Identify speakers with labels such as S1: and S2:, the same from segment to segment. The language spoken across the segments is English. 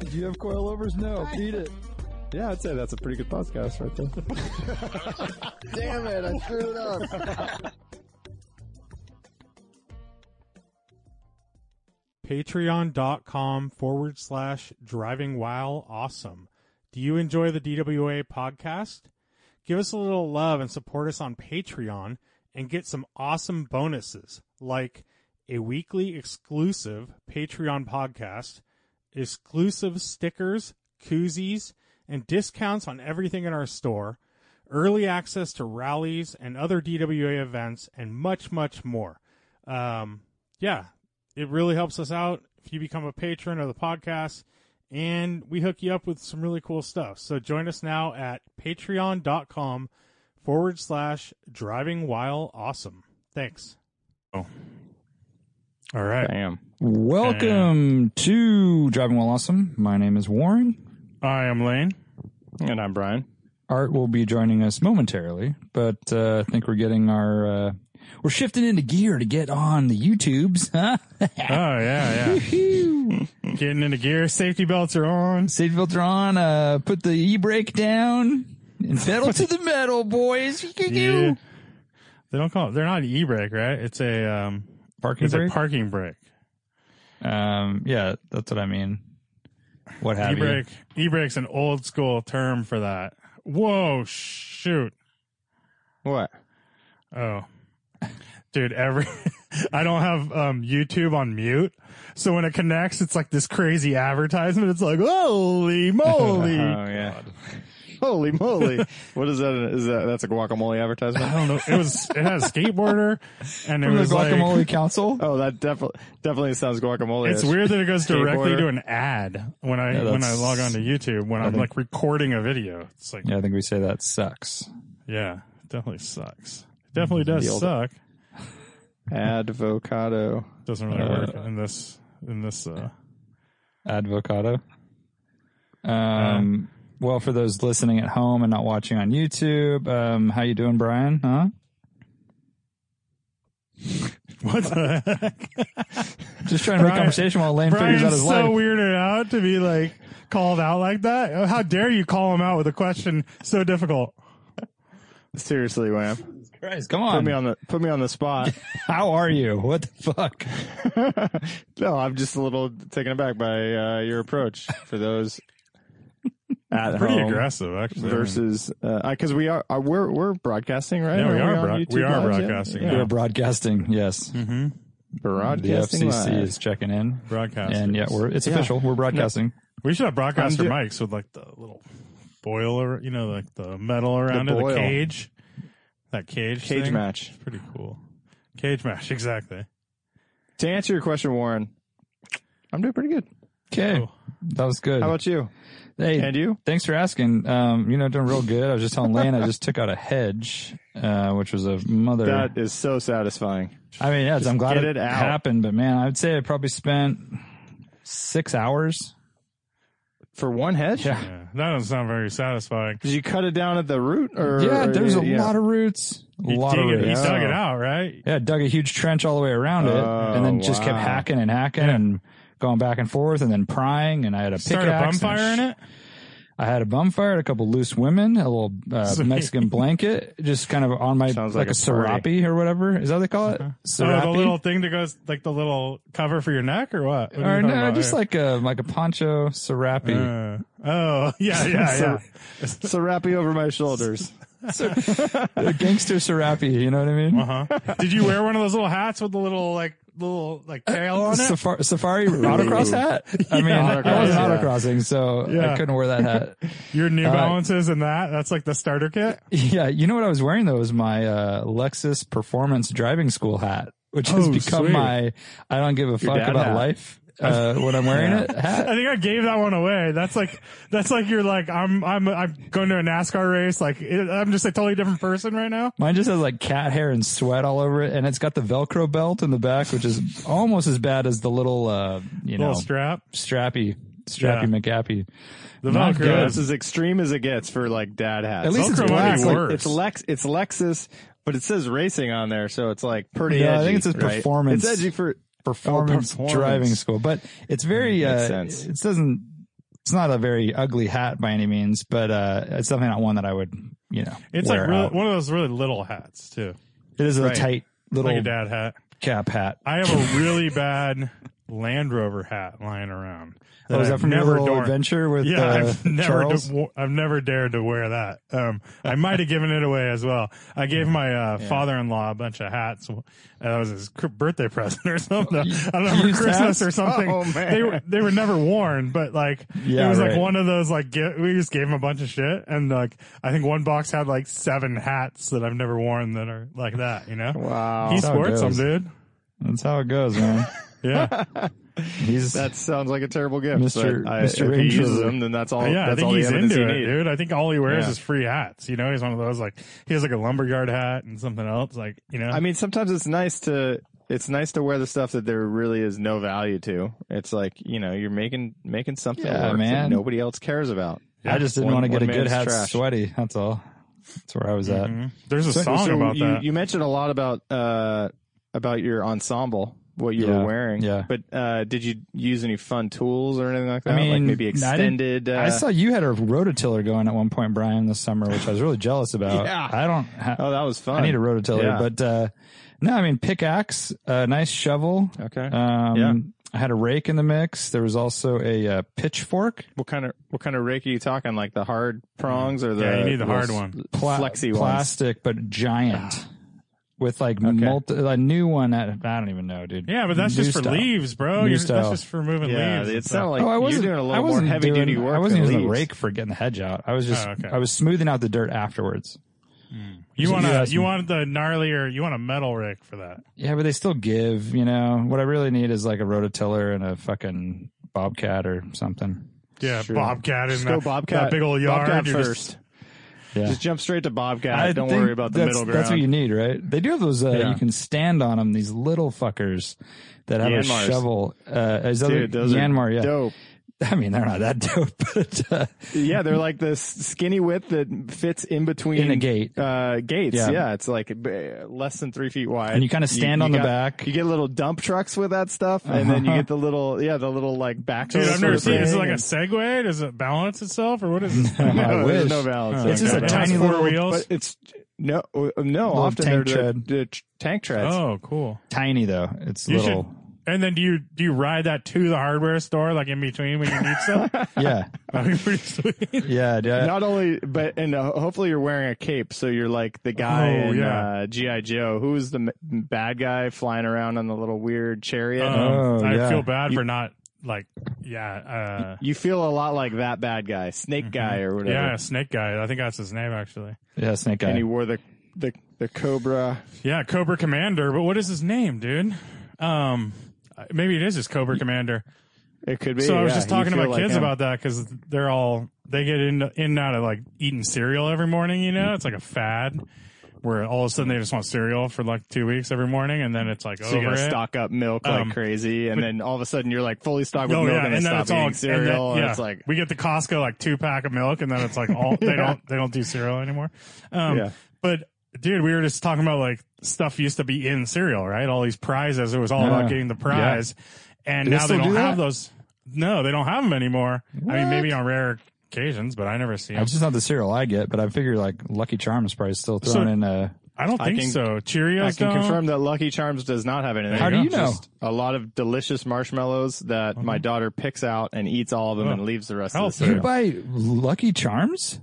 S1: Do you have coilovers? No. Beat it. Yeah, I'd say that's a pretty good podcast right there.
S2: Damn it, I screwed it up.
S3: Patreon.com forward slash driving while awesome. Do you enjoy the DWA podcast? Give us a little love and support us on Patreon and get some awesome bonuses like a weekly exclusive Patreon podcast, exclusive stickers, koozies, and discounts on everything in our store, early access to rallies and other DWA events, and much, much more. Um, yeah, it really helps us out if you become a patron of the podcast and we hook you up with some really cool stuff. So join us now at patreon.com forward slash driving while awesome. Thanks. Oh. All right.
S4: Bam. Welcome to Driving While Awesome. My name is Warren.
S3: I am Lane.
S4: And I'm Brian. Art will be joining us momentarily, but uh, I think we're getting our uh, we're shifting into gear to get on the YouTubes. Huh?
S3: Oh yeah, yeah. Getting into gear. Safety belts are on.
S4: Safety belts are on. Uh, put the e brake down and pedal to the metal, boys.
S3: Yeah. They don't call it. They're not an e-brake, right? It's a um,
S4: Parking
S3: it's
S4: brake.
S3: a parking brake.
S4: um, yeah, that's what I mean. What have you?
S3: E-brake. E-brake's an old school term for that. Whoa, shoot.
S2: What?
S3: Oh, dude, every I don't have um, YouTube on mute, so when it connects, it's like this crazy advertisement. It's like, holy moly!
S4: Oh yeah.
S2: Holy moly! what is that? Is that that's a guacamole advertisement?
S3: I don't know. It was it had a skateboarder, and it
S4: From the
S3: was like
S4: Guacamole Council.
S2: Oh, that definitely definitely sounds guacamole.
S3: it's weird that it goes directly
S2: Skateboarder.
S3: to an ad when I
S4: Yeah,
S3: when I
S4: that's-
S3: log on to YouTube when I'm
S4: think-
S3: like recording a video. It's like
S4: Yeah, I think we say that sucks.
S3: yeah, it definitely sucks. It
S4: Mm,
S3: definitely
S2: The
S3: does
S2: old-
S3: suck.
S2: Advocado.
S3: Doesn't really
S4: Uh,
S3: work in this in this uh
S4: Advocado. Um, well, for those listening at home and not watching on YouTube, um, how you doing, Brian? Huh?
S3: what the heck?
S4: Just trying to make
S3: Brian-
S4: conversation while Lane figures out
S3: Brian's
S4: his
S3: so
S4: life.
S3: weirded out to be like called out like that. Oh, How dare you call him out with a question so difficult?
S2: Seriously, Wham.
S4: Christ, come
S2: Put
S4: on.
S2: me on the put me on the spot.
S4: How are you? What the fuck?
S2: no, I'm just a little taken aback by uh, your approach for those at
S3: Pretty
S4: Um,
S2: home
S3: aggressive, actually.
S2: versus because we are uh, we're we're broadcasting right.
S3: Yeah, we
S2: Aren't
S3: are
S2: on
S3: broad-
S2: YouTube
S3: we are
S2: Live yet?
S3: broadcasting
S2: Yeah. Mm-hmm.
S3: now.
S4: We're broadcasting. Yes.
S3: hmm
S4: The
S2: Broadcasting
S4: FCC
S2: live.
S4: is checking in.
S3: broadcast.
S4: And yeah, we're, it's
S2: Yeah.
S4: official. We're broadcasting.
S3: we should have broadcaster
S2: I'm do-
S3: mics with like the little boil, ar- you know, like the metal around it, the
S2: boil.
S3: cage, that cage,
S2: cage
S3: thing.
S2: match.
S3: It's pretty cool. Cage match, exactly.
S2: To answer your question, Warren, I'm doing pretty good.
S4: Okay.
S3: Cool.
S4: That was good.
S2: Oh. How about you?
S4: hey,
S2: And you?
S4: Thanks for asking. Um, you know, doing real good. I was just telling Lane I just took out a hedge, uh, which was a mother.
S2: That is so satisfying.
S4: I mean, yeah, I'm glad
S2: get
S4: it,
S2: it out.
S4: happened, but man, I would say I probably spent six hours.
S2: For one hedge?
S4: Yeah.
S3: Yeah, that doesn't sound very satisfying.
S2: Did you cut it down at the root? Or
S4: yeah, there's a lot of roots. A
S3: You
S4: lot
S3: dig
S4: of
S3: it, you
S4: roots.
S3: dug it out, right?
S4: Yeah, dug a huge trench all the way around it,
S2: Oh,
S4: and then just kept
S2: wow.
S4: hacking and hacking and going back and forth, and then prying. And I had a
S3: Start a
S4: pickaxe. and
S3: bonfire
S4: sh-
S3: in it.
S4: I had a bonfire, a couple loose women, a little uh,
S3: Sweet.
S4: Mexican blanket, just kind of on my like,
S2: Sounds
S4: a,
S2: like a party.
S4: serape or whatever. Is that what they call it?
S3: Oh, the
S4: Serape?
S3: little thing that goes like the little cover for your neck or what? What are you
S4: or
S3: talking
S4: no,
S3: about
S4: just
S3: here?
S4: like a like a poncho serape.
S3: Uh, oh yeah, yeah, yeah.
S2: So- So wrap you over my shoulders.
S4: a gangster serape. You know what I mean?
S3: Uh huh. Did you wear one of those little hats with the little like little like tail on it?
S4: Safari, safari autocross hat. I mean, I wasn't
S2: Autocross, yeah.
S4: autocrossing, so
S3: Yeah.
S4: I couldn't wear that hat.
S3: Your New
S4: Uh,
S3: Balances and that—that's like the starter kit.
S4: yeah, you know what I was wearing though was my uh, Lexus Performance Driving School hat, which has
S3: Oh,
S4: become
S3: sweet.
S4: my I don't give a fuck
S2: dad
S4: about
S2: hat.
S4: life uh, when I'm wearing it. Hat.
S3: I think I gave that one away. That's like that's like you're like I'm I'm I'm going to a NASCAR race. Like it, I'm just a totally different person right now.
S4: Mine just has like cat hair and sweat all over it, and it's got the Velcro belt in the back, which is almost as bad as the little, uh, you know,
S3: Little strap.
S4: strappy, strappy McAppy.
S3: The
S4: Not
S3: Velcro.
S4: good.
S2: That's as extreme as it gets for like dad hats.
S4: At least it's
S3: Velcro might
S4: black.
S3: be
S2: it's, like-
S3: worse.
S2: it's Lex. It's Lexus, but it says racing on there, so it's like pretty.
S4: Yeah, I
S2: edgy,
S4: think it says
S2: right?
S4: performance.
S2: It's edgy for
S4: performance,
S2: Oh, performance.
S4: driving school, but it's very,
S2: Makes
S4: uh,
S2: sense.
S4: it doesn't, it's not a very ugly hat by any means, but, uh, it's definitely not one that I would, you know,
S3: It's
S4: wear
S3: like really,
S4: out.
S3: one of those really little hats too,
S4: it is a
S2: Right.
S4: tight little
S3: like a dad hat.
S4: cap hat.
S3: I have a really bad Land Rover hat lying around.
S4: Oh, is that
S3: I've
S4: from your
S3: never
S4: little
S3: adorned.
S4: adventure with,
S3: Yeah,
S4: uh,
S3: I've never,
S4: Charles?
S3: d- I've never dared to wear that. Um, I might have given it away as well. I gave my uh, father-in-law a bunch of hats. Uh, that was his cr- birthday present or something. I don't know, for
S4: Used
S3: Christmas
S4: hats?
S3: or something.
S2: Oh, man.
S3: They were they were never worn, but like
S4: Yeah,
S3: it was
S4: right.
S3: like one of those like gi- we just gave him a bunch of shit, and like I think one box had like seven hats that I've never worn that are like that. You know,
S2: Wow,
S3: he
S4: That's how it
S3: sports them,
S4: goes.
S3: dude.
S4: That's how it goes, man.
S3: Yeah,
S4: He's
S2: that sounds like a terrible gift.
S4: Mr.
S2: but I,
S4: Mr.
S2: If he
S4: Range
S2: uses
S4: Rover.
S2: them, then that's all.
S3: yeah. I
S2: Oh, that's
S3: think
S2: all
S3: he's
S2: the evidence
S3: into
S2: you
S3: it,
S2: need.
S3: dude. I think all he wears
S2: Yeah.
S3: is free hats. You know, he's one of those like he has like a lumberyard hat and something else. Like you know,
S2: I mean, sometimes it's nice to it's nice to wear the stuff that there really is no value to. It's like you know you're making making something
S4: Yeah,
S2: work
S4: man.
S2: that nobody else cares about.
S4: I just didn't
S2: One-
S4: want to get a
S2: one
S4: good
S2: man's
S4: hat
S2: trash.
S4: sweaty. That's all. That's where I was at.
S3: Mhm. there's a
S2: So-
S3: song
S2: so
S3: about
S2: you,
S3: that.
S2: You mentioned a lot about uh about your ensemble, what you
S4: Yeah,
S2: were wearing.
S4: yeah.
S2: But uh did you use any fun tools or anything like
S4: I
S2: that? like
S4: mean,
S2: maybe
S4: I didn't-
S2: extended. uh,
S4: I saw you had a rototiller going at one point, Brian, this summer, which I was really jealous about.
S2: Yeah.
S4: I don't. Ha-
S2: Oh, that was fun.
S4: I need a rototiller,
S2: Yeah.
S4: but uh, no, I mean pickaxe, a nice shovel.
S2: Okay.
S4: Um,
S2: Yeah.
S4: I had a rake in the mix. There was also a uh, pitchfork,
S2: what kind of what kind of rake are you talking? Like the hard prongs or the
S3: yeah, you need the hard
S2: those
S3: one.
S4: pla-
S2: flexy ones? Ah.
S4: plastic, but giant, with like multi, a new one. That, I don't even know, dude.
S3: Yeah, but that's
S4: New
S3: just for
S4: style.
S3: leaves, bro.
S4: New
S3: You're,
S4: style.
S3: that's just for moving
S2: Yeah,
S3: leaves.
S2: it
S3: and stuff.
S2: sounded like
S4: oh, I
S2: you're
S4: wasn't
S2: doing a little
S4: I
S2: more
S4: wasn't
S2: heavy
S4: doing-
S2: duty work.
S4: I wasn't
S2: than
S4: using a
S2: leaves.
S4: rake for getting the hedge out. I was just
S3: Oh, okay.
S4: I was smoothing out the dirt afterwards.
S3: you want
S4: you
S3: a
S4: asked
S3: you
S4: me.
S3: want the gnarlier you want a metal rig for that.
S4: Yeah, but they still give. You know what I really need is like a rototiller and a fucking bobcat or something.
S3: Yeah,
S2: Sure.
S3: bobcat in
S2: Just
S3: that,
S2: go Bobcat.
S3: that big old yard.
S2: Bobcat
S3: You're just-
S2: first.
S4: Yeah.
S2: Just jump straight to Bobcat.
S4: I
S2: Don't
S4: think
S2: worry about the
S4: that's-
S2: middle ground.
S4: That's what you need, right? They do have those. Uh,
S2: Yeah.
S4: You can stand on them. These little fuckers that have
S2: Yanmars.
S4: a shovel. Uh, is that
S2: Dude, those
S4: Yanmar?
S2: are
S4: yeah.
S2: dope.
S4: I mean, they're not that dope, but uh,
S2: Yeah, they're like this skinny width that fits in between
S4: In a gate.
S2: Uh, gates.
S4: Yeah.
S2: Yeah. it's like uh, less than three feet wide,
S4: And you kinda stand on the
S2: got-
S4: back. Uh-huh.
S2: You get little dump trucks with that stuff, and then you get the little yeah, the little like back.
S3: Dude, I've
S2: sort
S3: never
S2: of
S3: seen. Is it
S2: thing,
S3: like a
S2: and-
S3: Segway? Does it balance itself, or what is this? thing?
S4: I
S2: No, there's
S4: wish.
S2: no balance.
S3: It's
S4: just
S2: No
S4: a
S2: balance.
S3: tiny
S2: But
S3: little- wheels?
S2: But it's no, uh, no.
S4: Little
S2: Often
S4: tank
S2: they're
S4: tread.
S2: The, the tr- tank treads.
S3: oh, cool.
S4: tiny though. It's
S3: You
S4: little.
S3: should. And then do you do you ride that to the hardware store like in between when you need some?
S4: Yeah,
S3: That'd be pretty sweet.
S4: yeah, uh, dude.
S2: Not only, but and uh, hopefully you're wearing a cape, so you're like the guy
S3: Oh,
S2: in
S3: yeah.
S2: uh, GI Joe, who was the m- bad guy flying around on the little weird chariot.
S3: Um,
S4: Oh,
S3: I
S4: yeah.
S3: feel bad for not like yeah, uh,
S2: You feel a lot like that bad guy, Snake Guy or whatever.
S3: Mm-hmm. yeah, snake guy. I think that's his name actually.
S4: yeah, snake
S2: And
S4: guy.
S2: he wore the the the cobra.
S3: Yeah, Cobra Commander. But what is his name, dude? Um, maybe it is just Cobra Commander.
S2: It could be.
S3: So I was
S2: yeah,
S3: just
S2: you
S3: talking to my
S2: feel like
S3: kids
S2: him.
S3: about that because they're all they get in in and out of like eating cereal every morning. You know, it's like a fad where all of a sudden they just want cereal for like two weeks every morning, and then it's like
S2: So you
S3: over
S2: gotta
S3: it.
S2: stock up milk like
S3: Um,
S2: crazy, and then all of a sudden you're like fully stocked with
S3: Oh
S2: milk,
S3: yeah,
S2: and, then
S3: and then
S2: stop
S3: it's all
S2: eating cereal.
S3: And then, yeah,
S2: it's like
S3: we get the Costco like two pack of milk, and then it's like all they don't they don't do cereal anymore. Um,
S2: Yeah.
S3: But dude, we were just talking about like stuff used to be in cereal, right? All these prizes. It was all
S4: Yeah.
S3: about getting the prize, and
S4: Do they
S3: now they
S4: still
S3: don't
S4: do
S3: have
S4: that?
S3: those. No, they don't have them anymore. I mean,
S4: What?
S3: maybe on rare occasions, but I never see them.
S4: It's just not the cereal I get, but I figure like Lucky Charms probably still throwing
S3: So-
S4: in uh, a.
S3: I don't
S2: I
S3: think
S2: can-
S3: so. Cheerios
S2: I can
S3: don't.
S2: confirm that Lucky Charms does not have anything.
S4: How do you know?
S2: Just a lot of delicious marshmallows that my daughter picks out and eats all of them
S3: Uh-huh. Oh.
S2: and leaves the rest of the
S3: Healthy.
S2: cereal.
S4: You buy Lucky Charms?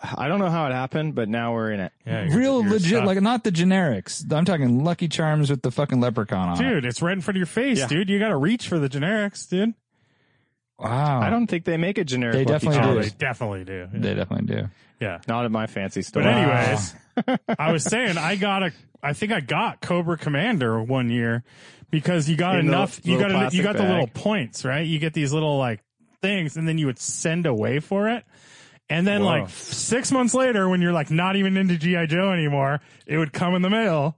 S2: I don't know how it happened, but now we're in it.
S3: Yeah, you're-
S4: Real
S3: you're
S4: legit,
S3: stuck.
S4: like not the generics. I'm talking Lucky Charms with the fucking leprechaun on it.
S3: dude, it's right in front of your face,
S2: Yeah.
S3: dude. You got to reach for the generics, dude.
S4: Wow.
S2: I don't think they make a generic.
S4: They
S2: Lucky
S4: definitely
S2: Charms.
S3: Oh,
S4: do.
S3: they definitely do. Yeah.
S4: They definitely do.
S3: Yeah.
S2: Not at my fancy store.
S3: But anyways, I was saying I got a. I think I got Cobra Commander one year because you got
S2: In the
S3: enough. you got
S2: little
S3: en- you
S2: plastic
S3: got the little
S2: bag.
S3: points, right? You get these little like things, and then you would send away for it. And then
S2: Whoa.
S3: like f- six months later, when you're like not even into GI Joe anymore, it would come in the mail,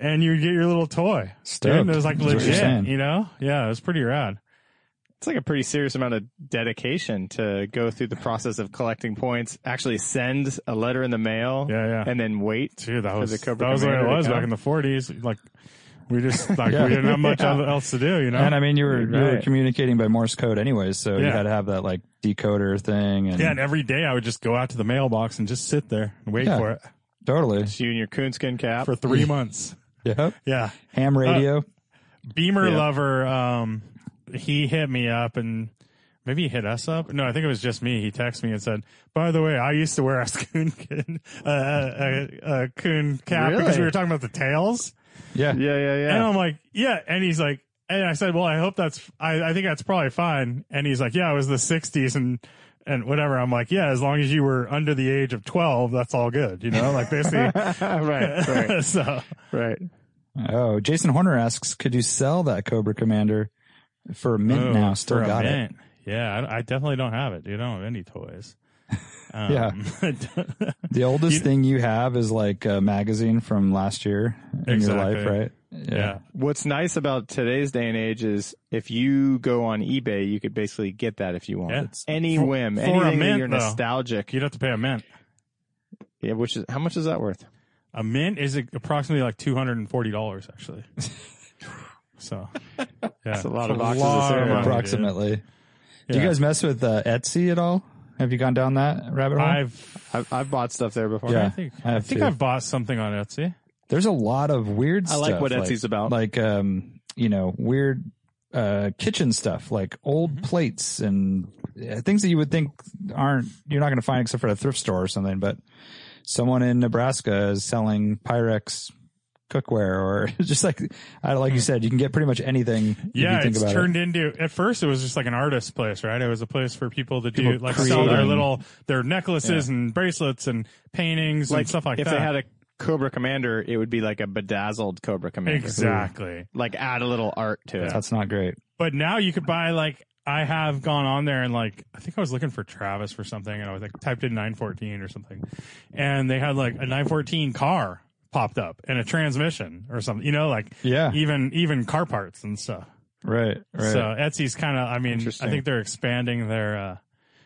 S3: and you get your little toy.
S4: Stoked.
S3: And it was like
S4: That's what you're saying.
S3: legit, you know? Yeah, it was pretty rad.
S2: It's like a pretty serious amount of dedication to go through the process of collecting points, actually send a letter in the mail,
S3: Yeah, yeah.
S2: and then wait.
S3: Dude, that
S2: for
S3: was
S2: the
S3: that
S2: Cobra
S3: was what it
S2: Commander to
S3: was
S2: come.
S3: back in the '40s. Like we just like
S4: Yeah.
S3: we didn't have much else to do, you know?
S4: And I mean, you were, you were
S2: Right.
S4: communicating by Morse code anyways, so you
S3: Yeah.
S4: had to have that like decoder thing and
S3: Yeah, and every day I would just go out to the mailbox and just sit there and wait
S4: Yeah.
S3: for it
S4: totally.
S2: It's you and your coonskin cap.
S3: for three months.
S4: Yep.
S3: Yeah.
S4: Ham radio.
S3: Beamer
S2: Yeah.
S3: lover, um, he hit me up and maybe he hit us up. No, I think it was just me. He texted me and said, by the way, I used to wear a coon, uh, a, a coon cap because
S2: Really?
S3: we were talking about the tails.
S4: yeah.
S2: yeah, yeah, yeah.
S3: And I'm like, yeah. And he's like, and I said, well, I hope that's, I, I think that's probably fine. And he's like, yeah, it was the sixties and, and whatever. I'm like, yeah, as long as you were under the age of 12, that's all good. You know, like basically,
S2: right, right,
S3: so
S2: right.
S4: Oh, Jason Horner asks, could you sell that Cobra Commander for a mint
S3: Oh,
S4: now? Still
S3: for a
S4: got it.
S3: mint. Yeah, I, I definitely don't have it, dude. I don't have any toys. Um,
S4: Yeah. The oldest thing you have is like a magazine from last year in
S3: Exactly.
S4: your life, right?
S3: yeah.
S2: What's nice about today's day and age is if you go on eBay, you could basically get that if you want.
S3: Yeah.
S2: It's any
S3: For-
S2: whim,
S3: for a
S2: anything that
S3: mint,
S2: you're
S3: though.
S2: nostalgic.
S3: You'd have to pay a mint.
S2: Yeah, which is how much is that worth?
S3: A mint is approximately like two hundred and forty dollars, actually. so, yeah,
S2: That's a lot of boxes of cereal.
S3: money, dude.
S4: Approximately. Do
S3: Yeah.
S4: you guys mess with uh, Etsy at all? Have you gone down that rabbit hole?
S3: I've
S2: I've, I've bought stuff there before.
S3: I
S4: Yeah.
S3: think
S4: I
S3: I,
S4: have
S3: think
S4: too.
S3: I've bought something on Etsy.
S4: There's a lot of weird
S2: I
S4: stuff.
S2: like what Etsy's about.
S4: Like, um, you know, weird uh, kitchen stuff, like old
S3: Mm-hmm.
S4: plates and uh, things that you would think aren't, you're not going to find except for a thrift store or something. But someone in Nebraska is selling Pyrex cookware or just like, I like you said, you can get pretty much anything. if you
S3: Hmm. Yeah,
S4: think
S3: it's
S4: about it.
S3: turned into. At first, it was just like an artist place, right? It was a place for people to do
S4: People
S3: like sell their
S4: creating.
S3: little their necklaces and bracelets and paintings and stuff like
S2: if
S3: that.
S2: they had a Cobra Commander, it would be like a bedazzled Cobra Commander.
S3: exactly.
S2: Like add a little art to it.
S4: That's not great.
S3: But now you could buy like I have gone on there and like I think I was looking for Travis for something and I was like typed in 914 or something, and they had like a 914 car popped up and a transmission or something. You know, like
S4: Yeah.
S3: even even car parts and stuff.
S4: Right. Right.
S3: So Etsy's kind of I mean I
S2: Interesting.
S3: think they're expanding their uh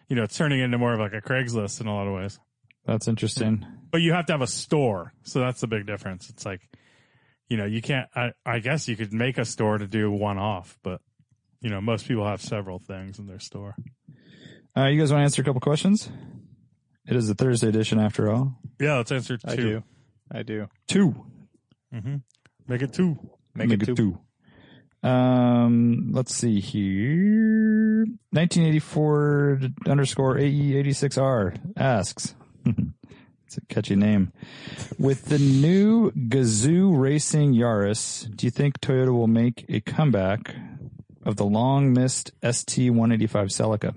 S3: you know it's turning into more of like a Craigslist in a lot of ways.
S4: That's interesting.
S3: But you have to have a store, so that's the big difference. It's like you know you can't. I I guess you could make a store to do one off, but you know most people have several things in their store.
S4: Uh, you guys want to answer a couple questions? It is a Thursday edition after all.
S3: Yeah, let's answer two.
S2: I do. I do.
S4: Two.
S3: Mm-hmm. Make it two.
S2: Make, it two.
S4: Um, let's see here. 1984 underscore AE86R asks. it's a catchy name. With the new Gazoo Racing Yaris, do you think Toyota will make a comeback of the long missed ST185 Celica?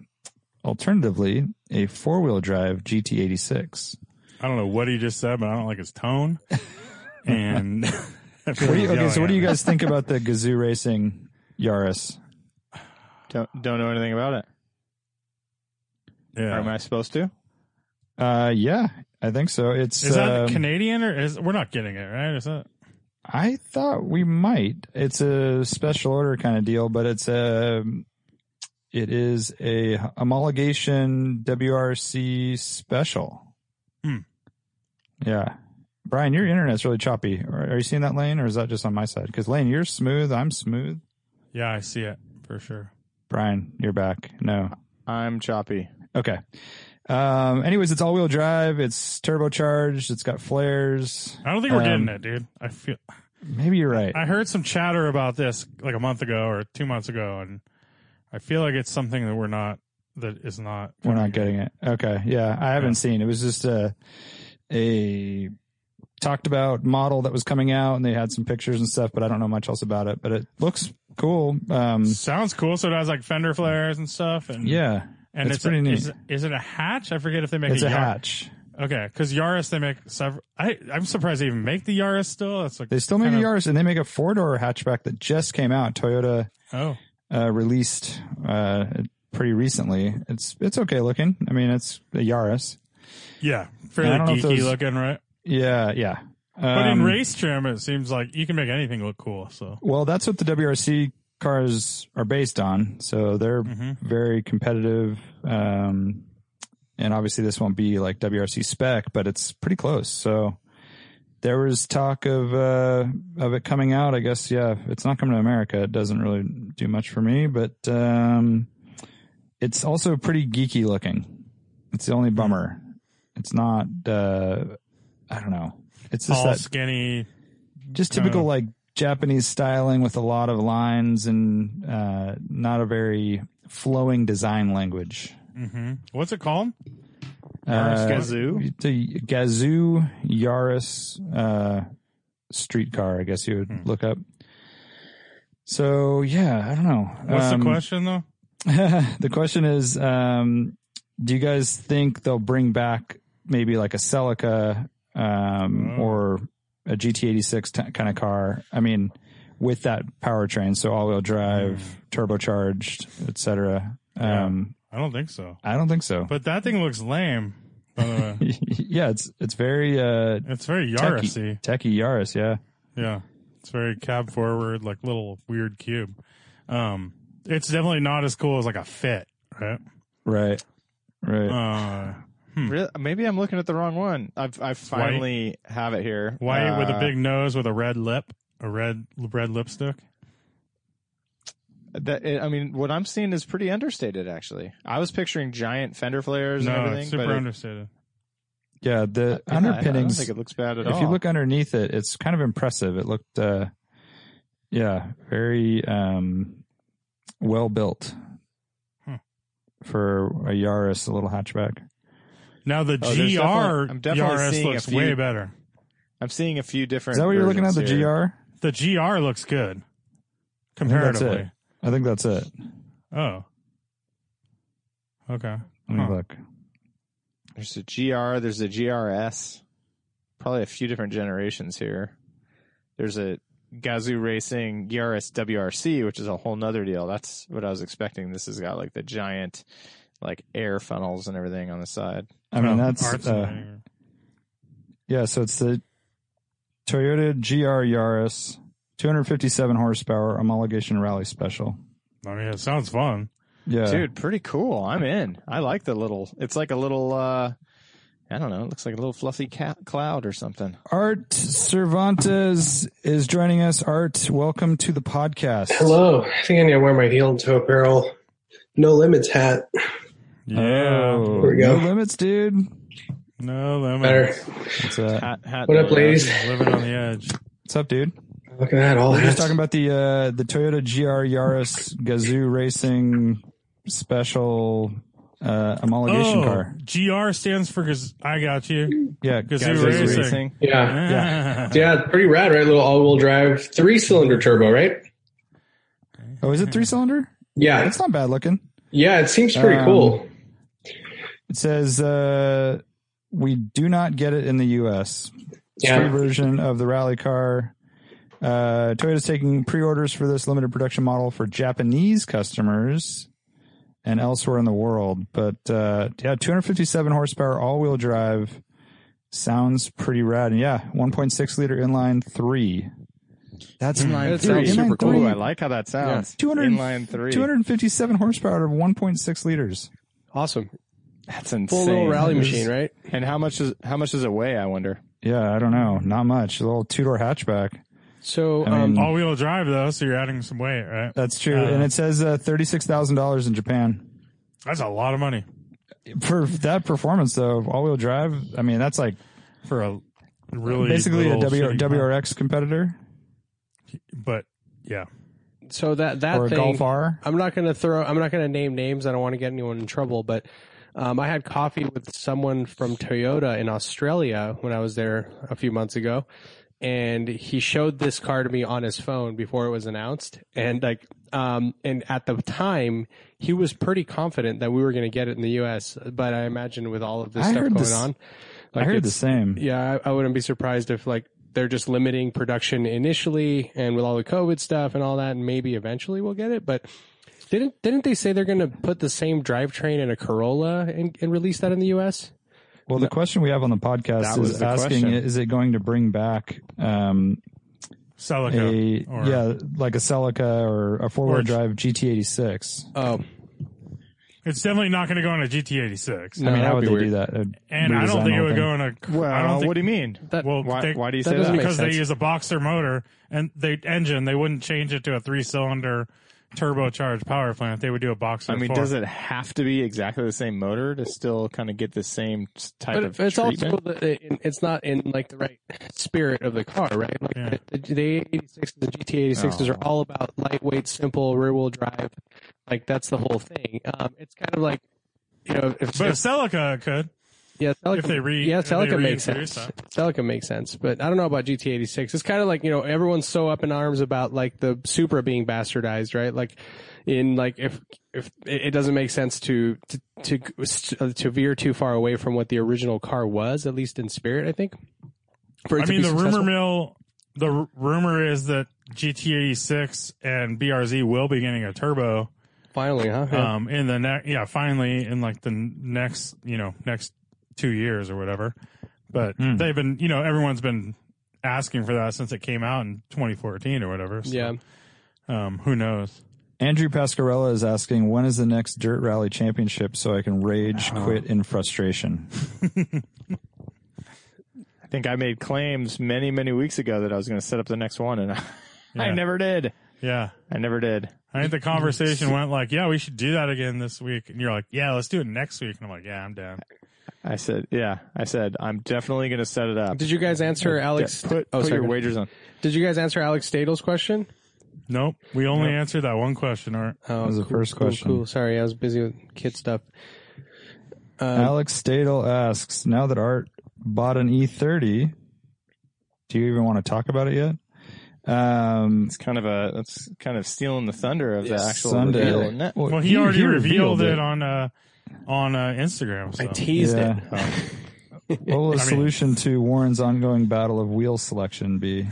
S4: Alternatively, a four wheel drive GT86.
S3: I don't know what he just said, but I don't like his tone. and I feel
S4: What do
S3: like
S4: you,
S3: he's
S4: okay, so
S3: yelling
S4: what do
S3: at
S4: you
S3: me.
S4: guys think about the Gazoo Racing Yaris?
S2: Don't don't know anything about it. Or am
S3: Yeah.
S2: I supposed to?
S4: Uh, yeah, I think so. It's
S3: Is that
S4: um,
S3: Canadian or is we're not getting it right? Is that
S4: I thought we might. It's a special order kind of deal, but it's a it is a homologation WRC special.
S3: Hmm.
S4: Yeah, Brian, your internet's really choppy. Are are you seeing that, Lane, or is that just on my side? Because Lane, you're smooth. I'm smooth.
S3: Yeah, I see it for sure.
S4: Brian, you're back. No.
S2: I'm choppy.
S4: Okay. Um, anyways, it's all wheel drive. It's turbocharged. It's got flares.
S3: I don't think we're
S4: Um,
S3: getting it, dude. I feel
S4: Maybe you're right.
S3: I heard some chatter about this like a month ago or two months ago, and I feel like it's something that we're not that is not.
S4: We're not getting it. Okay. Yeah. I haven't seen. It was just a, a talked about model that was coming out and they had some pictures and stuff, but I don't know much else about it, but it looks cool. Um,
S3: Sounds cool. So it has like fender flares and stuff. And
S4: yeah,
S3: and
S4: it's,
S3: it's,
S4: pretty
S3: a,
S4: neat.
S3: Is, is it a hatch? I forget if they make
S4: it's
S3: a,
S4: a
S3: Yar-
S4: hatch.
S3: Okay, because Yaris they make several. I I'm surprised they even make the Yaris still. It's like
S4: They still make a
S3: kind of-
S4: Yaris, and they make a four door hatchback that just came out. Toyota
S3: Oh,
S4: uh, released uh, pretty recently. It's it's okay looking. I mean, it's a Yaris.
S3: yeah, fairly
S4: I don't know
S3: geeky
S4: if those-
S3: looking, right?
S4: Yeah, yeah.
S3: But in
S4: Um,
S3: race trim, it seems like you can make anything look cool. So
S4: Well, that's what the WRC cars are based on. So they're
S3: Mhm.
S4: very competitive. Um, and obviously, this won't be like WRC spec, but it's pretty close. So there was talk of uh, of it coming out. I guess yeah, if it's not coming to America. It doesn't really do much for me, but um, it's also pretty geeky looking. It's the only bummer. It's not. Uh, I don't know. It's just
S3: tall,
S4: that
S3: skinny.
S4: just
S3: Kinda-
S4: typical like Japanese styling with a lot of lines and uh, not a very flowing design language.
S3: hmm What's it called?
S4: Uh,
S2: Gazoo.
S4: The Gazoo Yaris uh, streetcar, I guess you would
S3: Hmm.
S4: look up. So yeah, I don't know.
S3: What's
S4: Um,
S3: the question though?
S4: the question is, um, do you guys think they'll bring back maybe like a Celica um,
S3: Oh.
S4: or a GT86 t- kind of car? I mean, with that powertrain, so all-wheel drive, turbocharged, etc. Um,
S3: I don't think so.
S4: I don't think so.
S3: But that thing looks lame. By the way,
S4: yeah, it's it's very uh,
S3: it's very Yarisy.
S4: techie, techie Yaris. Yeah,
S3: Yeah, it's very cab forward, like little weird cube. Um, it's definitely not as cool as like a Fit, right?
S4: right, right.
S3: Uh,
S2: Really? Maybe I'm looking at the wrong one. I've I finally have it here.
S3: white with a
S2: Uh,
S3: big nose with a red lip, a red red lipstick.
S2: That it, I mean, what I'm seeing is pretty understated. Actually, I was picturing giant fender flares and
S3: No,
S2: everything.
S3: it's super
S2: but it-
S3: understated.
S4: yeah, the
S2: yeah, I- I don't
S4: underpinnings.
S2: think it looks bad at
S4: if
S2: all.
S4: you look underneath it, it's kind of impressive. It looked, uh, yeah, very um, well built
S3: Hmm.
S4: for a Yaris, a little hatchback.
S3: Now the
S2: Oh, there's
S3: GR
S2: definitely- I'm definitely
S3: Yaris
S2: seeing a
S3: looks
S2: few-
S3: way better.
S2: I'm seeing a few different.
S4: Is that what you're looking at? The
S2: versions here.
S4: GR?
S3: The GR looks good
S4: I think that's
S3: comparatively.
S4: it. I think that's it.
S3: Oh, okay.
S4: Let me
S3: Huh.
S4: look.
S2: There's a GR. There's a GRS. Probably a few different generations here. There's a Gazoo Racing GRS WRC, which is a whole nother deal. That's what I was expecting. This has got like the giant, like air funnels and everything on the side.
S4: I mean,
S3: Well,
S4: that's
S3: arts
S4: uh,
S3: and-
S4: yeah. So it's the Toyota GR Yaris, 257 horsepower homologation rally special.
S3: I mean, it sounds fun.
S4: Yeah,
S2: Dude, pretty cool. I'm in. I like the little. It's like a little. uh I don't know. It looks like a little fluffy ca- cloud or something.
S4: Art Cervantes is joining us. Art, welcome to the podcast.
S5: Hello. I think I need to wear my heel and toe apparel. No limits hat.
S3: Yeah,
S4: Oh,
S5: Here we go.
S4: No limits, dude.
S3: no
S5: Better.
S3: limits.
S4: What's, uh,
S2: Hat, hat
S5: What up,
S2: man.
S5: ladies?
S3: Living on the edge.
S4: what's up, dude?
S5: Look at that. All
S4: We're just
S5: hats.
S4: talking about the uh, the Toyota GR Yaris Gazoo Racing Special uh,
S3: oh,
S4: homologation car.
S3: GR stands for because I got you.
S4: Yeah,
S3: Gazoo
S2: Gazoo
S3: Racing.
S2: Racing.
S5: yeah.
S3: Yeah.
S5: Yeah, pretty rad, right? Little all-wheel drive, three-cylinder turbo, right?
S4: Oh, is it three cylinder?
S5: Yeah,
S4: It's not bad looking.
S5: yeah. It seems pretty
S4: Um,
S5: cool.
S4: It says uh, we do not get it in the U.S.
S5: Yeah.
S4: Street version of the rally car. Uh, Toyota's taking pre-orders for this limited production model for Japanese customers and elsewhere in the world. But uh, yeah, 257 horsepower all-wheel drive sounds pretty rad. And yeah, 1.6 liter inline three. That's
S2: Inline
S4: Dude,
S2: three.
S4: inline
S2: Super cool.
S4: three,
S2: I like how that sounds.
S4: 200
S2: Inline three.
S4: 257 horsepower to 1.6 liters.
S5: Awesome.
S2: That's insane.
S5: Full little rally machine, right?
S2: And how much is how much does it weigh? I wonder.
S4: Yeah, I don't know. Not much. A little two-door hatchback.
S5: So,
S4: I mean,
S5: um,
S3: All wheel drive though, so you're adding some weight, right?
S4: That's true.
S3: Uh,
S4: and it says uh, thirty-six thousand dollars in Japan
S3: That's a lot of money
S4: for that performance, though. All-wheel drive. I mean, that's like
S3: for a really
S4: basically a
S3: little
S4: w-
S3: shitty car.
S4: WRX competitor
S3: But yeah,
S5: so that that
S4: or a
S5: thing.
S4: Golf R.
S5: I'm not gonna throw. I'm not gonna name names. I don't want to get anyone in trouble. But um, I had coffee with someone from Toyota in Australia when I was there a few months ago, and he showed this car to me on his phone before it was announced and like um and at the time he was pretty confident that we were going to get it in the US but I imagine with all of this
S4: I
S5: stuff
S4: heard
S5: going
S4: this-
S5: on
S4: I heard the
S5: it's-
S4: same.
S5: yeah, I, I wouldn't be surprised if like they're just limiting production initially, and with all the COVID stuff and all that, and maybe eventually we'll get it. But didn't didn't they say they're going to put the same drivetrain in a Corolla and, and release that in the U.S.?
S4: Well, the question we have on the
S2: That
S4: podcast
S2: was
S4: is
S2: the
S4: asking:
S2: question.
S4: Is it going to bring back um, a
S3: Celica. or-
S4: yeah, like a Celica or a
S3: Or
S4: four-wheel
S3: a-
S4: drive GT86?
S5: Oh,
S3: It's definitely not going to go in a GT86.
S5: No,
S4: I mean,
S5: that
S4: how
S5: would
S4: would
S5: be
S4: they do
S5: weird.
S4: that? They'd
S3: And I
S4: redesign
S3: don't think
S4: the
S3: it
S4: whole
S3: would
S4: thing.
S3: go in a.
S2: Well,
S3: I don't think,
S2: what do you mean?
S5: that
S3: Well,
S2: why,
S3: they-
S2: why do you
S5: that
S2: say
S5: doesn't
S2: that?
S5: make
S3: because they
S5: sense.
S3: use a boxer motor and the engine, they wouldn't change it to a three cylinder turbocharged power plant. They would do a boxer.
S2: I mean,
S3: four.
S2: does it have to be exactly the same motor to still kind of get the same s- type
S5: but
S2: of
S5: it's
S2: treatment?
S5: also the, it- it's not in like the right spirit of the car, right? Like
S3: Yeah.
S5: the, the, the A86, the GT86s
S2: Oh.
S5: are all about lightweight, simple rear-wheel drive. Like that's the whole thing. Um, it's kind of like you know, if,
S3: But
S5: if
S3: if Celica could,
S5: Yeah, Celica,
S3: If they re-
S5: yeah,
S3: if they
S5: Celica makes
S3: reintroduce
S5: sense.
S3: that.
S5: Celica makes sense, but I don't know about GT86. It's kind of like you know everyone's so up in arms about like the Supra being bastardized, right? Like in like if if it it doesn't make sense to to to, uh, to veer too far away from what the original car was, at least in spirit, I think. For it
S3: I
S5: to
S3: mean,
S5: be
S3: the rumor
S5: successful.
S3: mill, the r- rumor is that GT86 and BRZ will be getting a turbo.
S5: finally, huh? Yeah.
S3: Um, in the next, yeah, finally in like the n- next, you know, next two years or whatever. But
S4: Hmm.
S3: they've been, you know, everyone's been asking for that since it came out in 2014 or whatever. So,
S5: yeah.
S3: Um, who knows?
S4: Andrew Pascarella is asking, when is the next Dirt Rally Championship so I can rage
S3: Oh.
S4: quit in frustration?
S2: I think I made claims many, many weeks ago that I was going to set up the next one, and I, I
S3: Yeah.
S2: never did.
S3: Yeah.
S2: I never did.
S3: I think the conversation went like, yeah, we should do that again this week. And you're like, yeah, let's do it next week. And I'm like, yeah, I'm down.
S2: I said, yeah, I said, I'm definitely going to set it up.
S5: Did you guys answer Alex?
S2: put
S5: oh,
S2: put
S5: sorry.
S2: your wagers on.
S5: Did you guys answer Alex Stadel's question?
S3: Nope. We only answered that one question. Or
S5: Oh,
S4: That was the first
S5: cool,
S4: question.
S5: Cool. Sorry, I was busy with kid stuff.
S3: Um,
S4: Alex Stadel asks, now that Art bought an E30, do you even want to talk about it yet? Um,
S2: It's kind of a that's kind of stealing the thunder of the actual
S4: Sunday.
S2: reveal, isn't it?
S3: well, he, already revealed, it, on uh, on uh, Instagram. So.
S5: I teased it.
S4: Yeah. What will the
S3: I mean-
S4: solution to Warren's ongoing battle of wheel selection be?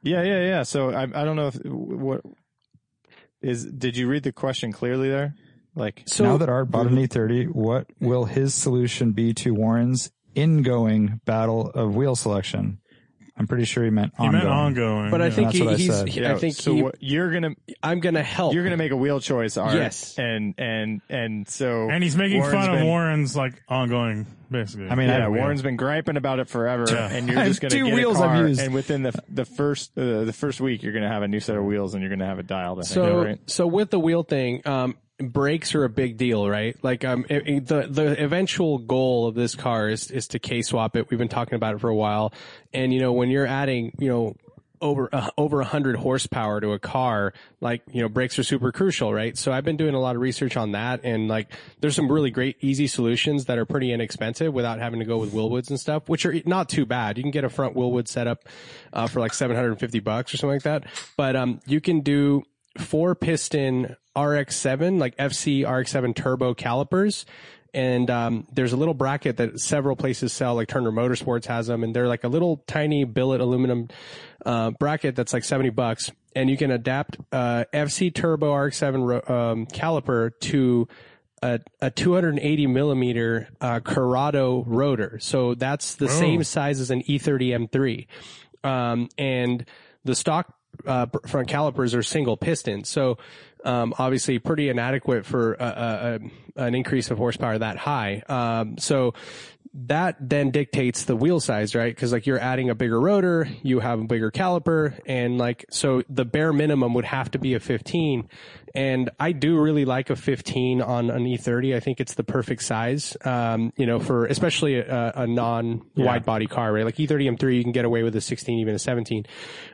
S2: Yeah, yeah, yeah. So I I don't know if what is did you read the question clearly there? Like
S5: So
S4: now that Art bought an E30, what will his solution be to Warren's ingoing battle of wheel selection? I'm pretty sure he meant
S3: he
S4: ongoing.
S3: meant ongoing.
S5: But I
S3: yeah.
S5: think
S4: That's
S5: he,
S4: what I
S5: he's.
S4: said.
S5: he-
S2: Yeah,
S5: I think
S2: so
S5: he,
S2: what, you're gonna
S5: I'm gonna help.
S2: you're gonna make a wheel choice, Art.
S5: Yes.
S2: and and and so
S3: and he's making
S2: Warren's
S3: fun of
S2: been-
S3: Warren's like ongoing, basically.
S4: I mean,
S2: Yeah,
S4: I,
S2: Warren's been griping about it forever,
S3: Yeah.
S2: and you're
S4: I have
S2: just gonna
S4: two
S2: get
S4: wheels
S2: a
S4: I've
S2: car,
S4: used.
S2: and within the the first uh, the first week, you're gonna have a new set of wheels, and you're gonna have it dialed. I think,
S5: so
S2: right?
S5: so with the wheel thing, um, brakes are a big deal, right? Like um, it- it- the the eventual goal of this car is is to K swap it. We've been talking about it for a while, and you know when you're adding, you know. Over uh, over hundred horsepower to a car, like you know, brakes are super crucial, right? So I've been doing a lot of research on that, and like, there's some really great, easy solutions that are pretty inexpensive without having to go with Willwoods and stuff, which are not too bad. You can get a front Willwood setup uh, for like 750 bucks or something like that, but um, you can do four piston RX7, like FC RX7 turbo calipers. And um, there's a little bracket that several places sell, like Turner Motorsports has them, and they're like a little tiny billet aluminum uh, bracket that's like 70 bucks. And you can adapt uh, FC Turbo RX7 ro- um, caliper to a, a 280 millimeter uh, Corrado rotor. So that's the same size as an E E30 M3 um, and the stock uh, br- front calipers are single piston. So um, obviously pretty inadequate for a, a, a, an increase of horsepower that high. Um, so that then dictates the wheel size, right? Because like you're adding a bigger rotor, you have a bigger caliper, and like so the bare minimum would have to be a 15, And I do really like a 15 on an E30. I think it's the perfect size, um, you know, for especially a, a non wide body car, right? Like E E30 M3, you can get away with a 16, even a 17.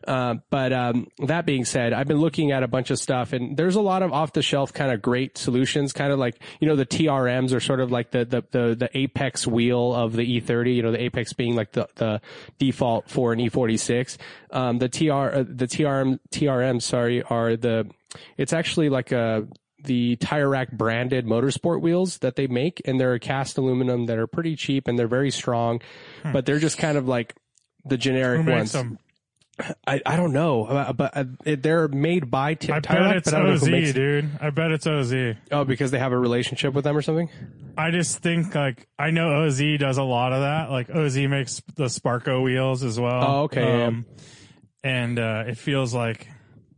S5: Uh, but um, that being said, I've been looking at a bunch of stuff, and there's a lot of off the shelf kind of great solutions, kind of like you know the TRMs are sort of like the the the, the apex wheel of the E30. You know, the apex being like the, the default for an E46. Um, the TR uh, the TRM TRM sorry are the it's actually like a the tire rack branded motorsport wheels that they make and they're cast aluminum that are pretty cheap and they're very strong but they're just kind of like the generic
S3: Hmm. Who makes
S5: ones
S3: them?
S5: I, I don't know, uh, but uh, it- they're made by Ti-
S3: I
S5: Tire
S3: bet
S5: Rack,
S3: it's
S5: but I don't know
S3: OZ,
S5: who makes it.
S3: dude. I bet it's OZ.
S5: Oh, because they have a relationship with them or something.
S3: I just think like I know OZ does a lot of that. Like OZ makes the Sparko wheels as well. Um,
S5: Oh, okay, yeah.
S3: and uh, it feels like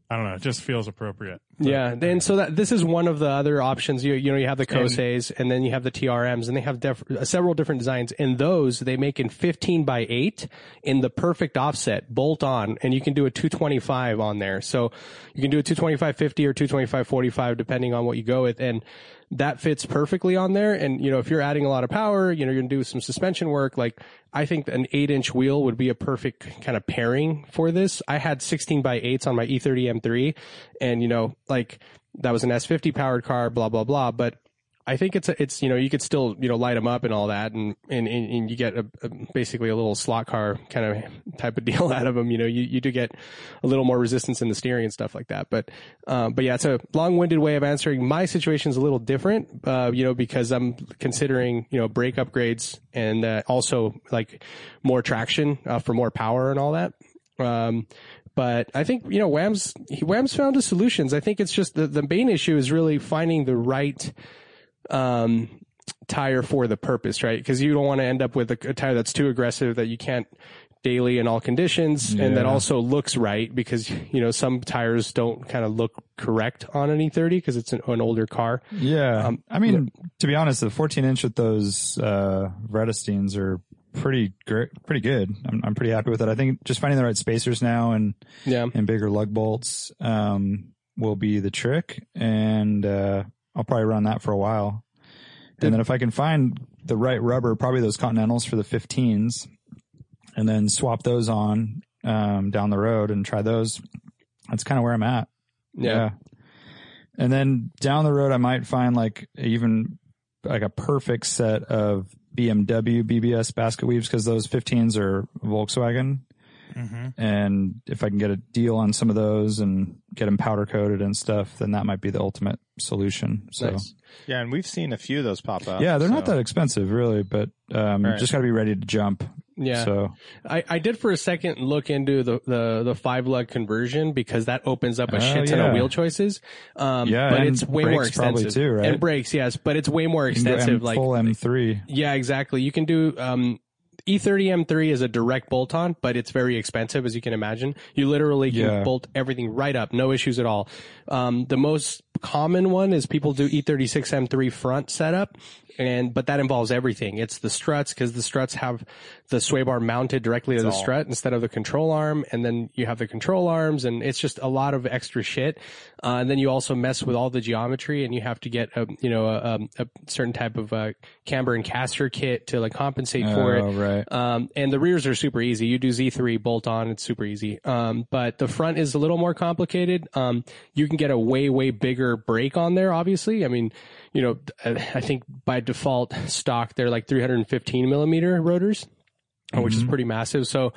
S3: I don't know. It just feels appropriate.
S5: Yeah, and so that this is one of the other options. You you know you have the Koseis, and then you have the TRMs, and they have def- uh, several different designs. And those they make in fifteen by eight in the perfect offset, bolt on, and you can do a two twenty five on there. So you can do a two twenty five fifty or two twenty five forty five, depending on what you go with, and that fits perfectly on there. And you know if you're adding a lot of power, you know you're gonna do some suspension work. Like I think an eight inch wheel would be a perfect kind of pairing for this. I had sixteen by eights on my E E30 M3 and you know like that was an S50 powered car blah blah blah but I think it's a, it's you know you could still you know light them up and all that and and and, and you get a, a basically a little slot car kind of type of deal out of them you know you you do get a little more resistance in the steering and stuff like that but um, but yeah it's a long winded way of answering my situation is a little different uh, you know because I'm considering you know brake upgrades and uh, also like more traction uh, for more power and all that um, but I think you know Wham's he, Wham's found his solutions. I think it's just the the main issue is really finding the right um, tire for the purpose, right? Because you don't want to end up with a, a tire that's too aggressive that you can't daily in all conditions, and that
S4: Yeah.
S5: also looks right because you know some tires don't kind of look correct on an E30 because it's an, an older car.
S4: Yeah.
S5: Um,
S4: I mean, to be honest, the 14 inch with those uh, Redesteins are pretty great, pretty good. I'm, I'm pretty happy with it. I think just finding the right spacers now and
S5: Yeah,
S4: and bigger lug bolts um, will be the trick. And uh, I'll probably run that for a while. And then if I can find the right rubber, probably those Continentals for the 15s, and then swap those on um, down the road and try those. That's kind of where I'm at.
S5: yeah,
S4: And then down the road, I might find like even like a perfect set of BMW BBS basket weaves because those 15s are Volkswagen
S3: Mm-hmm.
S4: and if I can get a deal on some of those and get them powder coated and stuff, then that might be the ultimate solution. So
S5: Nice.
S2: Yeah, and we've seen a few of those pop up.
S4: yeah, they're not
S2: so-
S4: that expensive really, but um,
S2: Right.
S4: just got to be ready to jump.
S5: yeah.
S4: So
S5: I, I did for a second look into the, the, the five lug conversion because that opens up a
S4: Oh,
S5: shit ton
S4: yeah.
S5: of wheel choices. Um,
S4: Yeah,
S5: but
S4: and
S5: it's way more
S4: brakes probably
S5: extensive.
S4: too, right?
S5: And brakes, yes, but it's way more
S4: you can go
S5: extensive.
S4: M-
S5: like,
S4: full M3.
S5: yeah, exactly. You can do, um, E30 M3 is a direct bolt on, but it's very expensive, as you can imagine. You literally can
S4: Yeah.
S5: bolt everything right up, no issues at all. Um, the most common one is people do E E36 M3 front setup, and but that involves everything. It's the struts because the struts have the sway bar mounted directly to the strut instead of the control arm, and then you have the control arms, and it's just a lot of extra shit. Uh, and then you also mess with all the geometry, and you have to get a you know a, um, a certain type of uh, camber and caster kit to like compensate for it.
S4: Oh, right.
S5: Um, and the rears are super easy. You do Z3 bolt on, it's super easy. Um, but the front is a little more complicated. Um, you can get a way, way bigger brake on there, obviously. I mean, you know, I I think by default stock, they're like 315 millimeter rotors, uh, which is pretty massive. So,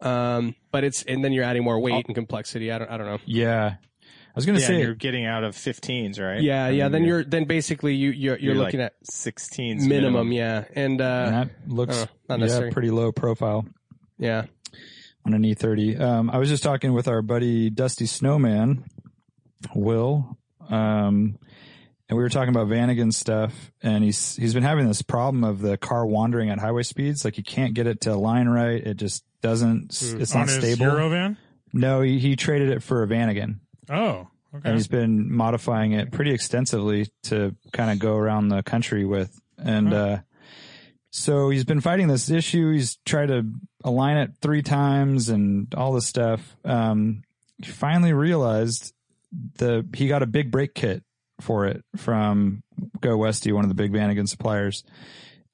S5: um, but it's, and then you're adding more weight and complexity. I don't, I don't know.
S4: Yeah. I was going to
S2: Yeah, and
S4: say,
S2: you're getting out of 15s, right?
S5: Yeah.
S2: I
S5: Yeah.
S2: mean,
S5: Then you're, then basically you, you're, you're,
S2: you're
S5: looking
S2: like
S5: at
S2: 16s
S5: minimum. Yeah. And,
S4: and
S5: uh,
S4: that looks
S5: uh, not
S4: yeah,
S5: necessary.
S4: pretty low profile.
S5: yeah.
S4: on an E30. Um, I was just talking with our buddy Dusty Snowman, Will, um, and we were talking about Vanagon stuff, and he's he's been having this problem of the car wandering at highway speeds. Like you can't get it to align right; it just doesn't. It's
S3: Mm-hmm. Hmm. On
S4: not
S3: his
S4: stable.
S3: Eurovan.
S4: No, he, he traded it for a Vanagon,
S3: Oh, okay.
S4: and he's been modifying it pretty extensively to kind of go around the country with. And uh, so he's been fighting this issue. He's tried to align it three times and all this stuff. Um, he finally realized the he got a big brake kit for it from Go Westy, one of the big Vanagon suppliers,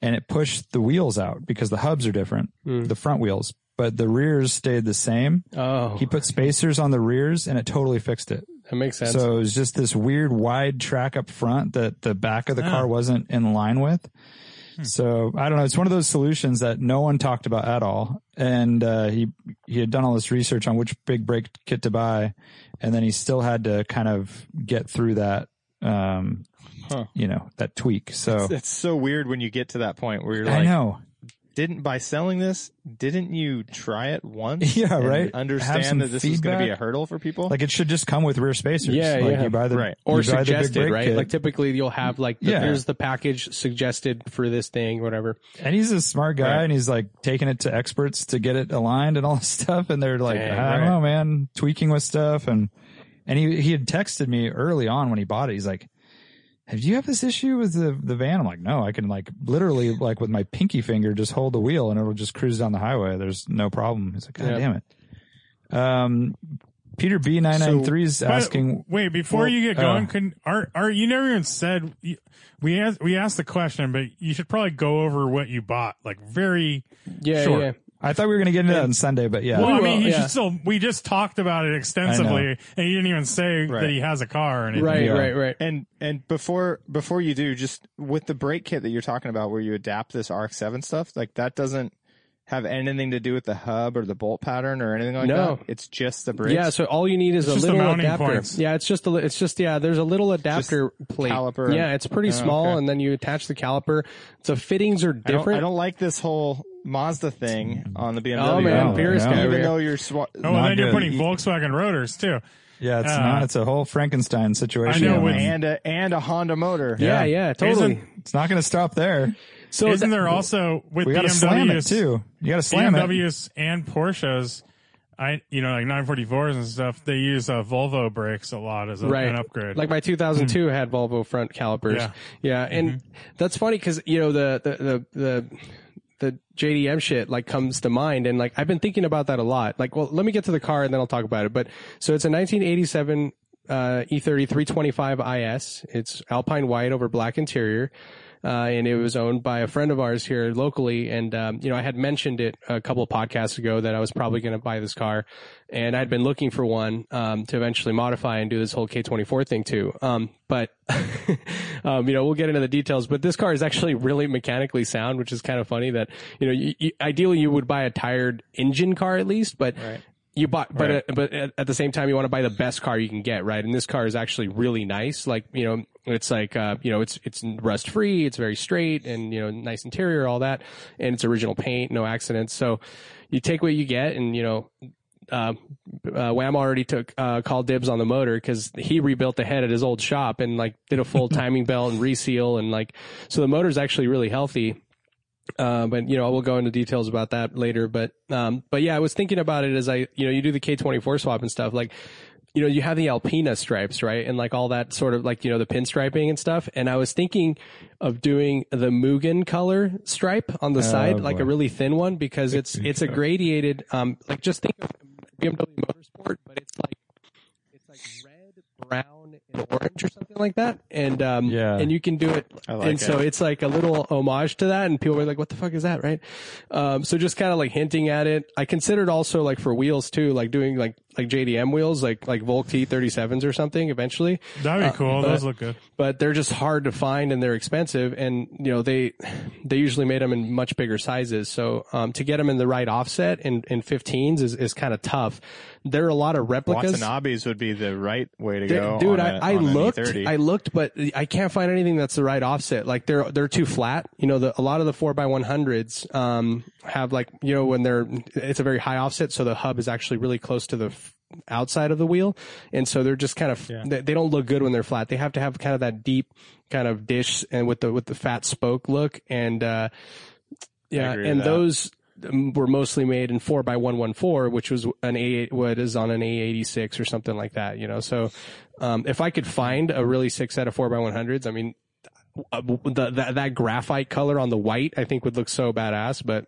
S4: and it pushed the wheels out because the hubs are different,
S5: Mm.
S4: the front wheels, but the rears stayed the same.
S5: Oh,
S4: He put spacers on the rears, and it totally fixed it.
S5: that makes sense.
S4: So it was just this weird wide track up front that the back
S5: Ah.
S4: of the car wasn't in line with.
S5: Hmm.
S4: So I don't know. It's one of those solutions that no one talked about at all. And uh, he he had done all this research on which big brake kit to buy, and then he still had to kind of get through that, um,
S2: Huh.
S4: you know, that tweak. So
S2: It's so weird when you get to that point where you're
S4: I
S2: like,
S4: know.
S2: didn't by selling this, didn't you try it once?
S4: Yeah,
S2: and
S4: right. Have some
S2: Understand that this is going to be a
S4: feedback.
S2: hurdle for people.
S4: Like it should just come with rear spacers.
S5: Yeah,
S4: like
S5: yeah.
S4: You buy the
S2: Right.
S4: you
S5: or
S4: buy the big
S5: suggested,
S4: brake
S5: right?
S4: kit.
S5: Like typically you'll have like the,
S4: Yeah.
S5: here's the package suggested for this thing, whatever.
S4: And he's a smart guy
S2: Right.
S4: and he's like taking it to experts to get it aligned and all this stuff. And they're like,
S5: Dang,
S4: I don't
S5: right.
S4: know, man, tweaking with stuff. And, and he, he had texted me early on when he bought it. He's like, have you have this issue with the, the van? I'm like, no, I can like literally like with my pinky finger, just hold the wheel and it'll just cruise down the highway. There's no problem. He's like, God
S5: Yeah.
S4: damn it. Um, Peter B993 is
S3: But
S4: asking,
S3: Wait, before
S4: Well,
S3: you get
S4: uh,
S3: going, can are are you never even said you- we asked we asked the question, but you should probably go over what you bought, like very.
S5: Yeah,
S3: Sure.
S5: yeah.
S4: I thought we were going to get into that on Sunday, but yeah.
S3: well, I
S5: we
S3: mean,
S5: will,
S3: you
S5: yeah.
S3: should still. We just talked about it extensively, and you didn't even say that
S2: Right.
S3: he has a car or anything.
S5: Right,
S4: Yeah.
S5: right, right.
S2: And and before before you do, just with the brake kit that you're talking about, where you adapt this RX-7 stuff, like that doesn't have anything to do with the hub or the bolt pattern or anything like
S5: No.
S2: that. It's just the brakes.
S5: Yeah, so all you need is
S3: It's
S5: a
S3: just the
S5: little
S3: mounting
S5: adapter.
S3: points.
S5: Yeah, it's just a li- it's just yeah, there's a little adapter plate.
S2: caliper.
S5: Yeah, it's pretty
S2: Oh,
S5: small
S2: okay.
S5: and then you attach the caliper. So fittings are
S2: I don't,
S5: different.
S2: I don't like this whole Mazda thing on the BMW.
S5: Oh man,
S4: No,
S5: Pierce
S4: no.
S5: guy over
S2: even
S5: here.
S2: though you're swa-
S3: Oh,
S4: Not
S3: and then you're
S4: good.
S3: putting
S4: E-
S3: Volkswagen rotors too.
S4: yeah, it's
S3: Uh,
S4: not, it's a whole Frankenstein situation.
S3: I know, with-
S2: and
S4: man.
S2: a and a Honda motor.
S5: yeah, yeah, totally.
S3: Isn't-
S4: it's not going to stop there.
S5: so
S3: Isn't
S5: th-
S3: there also with
S4: We got to
S3: BMWs
S4: slam it too. You got to slam it.
S3: BMWs and Porsches? I you know like 944s and stuff. They use uh, Volvo brakes a lot as a,
S5: right
S3: an upgrade.
S5: Like my 2002 had Volvo front calipers.
S3: Yeah.
S5: Yeah, and that's funny because you know the the the. the the JDM shit like comes to mind and like I've been thinking about that a lot. Like, well, let me get to the car and then I'll talk about it. But so it's a 1987 uh, E30 325 IS. It's Alpine white over black interior. Uh, and it was owned by a friend of ours here locally. And, um, you know, I had mentioned it a couple of podcasts ago that I was probably going to buy this car and I'd been looking for one, um, to eventually modify and do this whole K24 thing too. Um, but, um, you know, we'll get into the details, but this car is actually really mechanically sound, which is kind of funny that, you know, you, you, ideally you would buy a tired engine car at least, but you bought, but uh, but at, at the same time, you want to buy the best car you can get, right? And this car is actually really nice. Like you know, it's like uh, you know, it's it's rust free, it's very straight, and you know, nice interior, all that, and it's original paint, no accidents. So you take what you get, and you know. Uh, uh, Wham already took uh, called dibs on the motor because he rebuilt the head at his old shop and like did a full timing belt and reseal and like so the motor's actually really healthy um, and you know, we'll go into details about that later. But um, but yeah, I was thinking about it as I, you know, you do the K twenty four swap and stuff. Like, you know, you have the Alpina stripes, right, and like all that sort of like you know the pinstriping and stuff. And I was thinking of doing the Mugen color stripe on the side, like
S4: boy.
S5: a really thin one, because it's it's a gradiated. Um, like just think of BMW Motorsport, but it's like it's like red, brown, and orange or something like that. And um,
S4: Yeah.
S5: and you can do it
S2: I like
S5: and so
S2: it.
S5: it's like a little homage to that and people were like what the fuck is that right um, so just kind of like hinting at it i considered also like for wheels too like doing like like jdm wheels like like volk t37s or something eventually
S4: uh,
S3: That'd be cool.
S5: but-
S3: Those look good.
S5: but they're just hard to find and they're expensive and you know they they usually made them in much bigger sizes so um, to get them in the right offset in, in 15s is, is kind of tough there are a lot of replicas
S2: Watanabe's would be the right way to
S5: Dude,
S2: go. on
S5: dude, I
S2: a- E
S5: I
S2: on an
S5: looked,
S2: E30.
S5: I looked, but I can't find anything that's the right offset. Like they're they're too flat. You know, the, a lot of the four by one hundreds um have like you know when they're it's a very high offset, so the hub is actually really close to the f- outside of the wheel, and so they're just kind of they, they don't look good when they're flat. They have to have kind of that deep kind of dish and with the with the fat spoke look and. uh yeah,
S2: agree with
S5: and
S2: that.
S5: those um, were mostly made in four by one one four, which was an A what is on an A eighty six or something like that. You know, so um, if I could find a really sick set of four by one hundreds, I mean, uh, the, that that graphite color on the white, I think would look so badass. But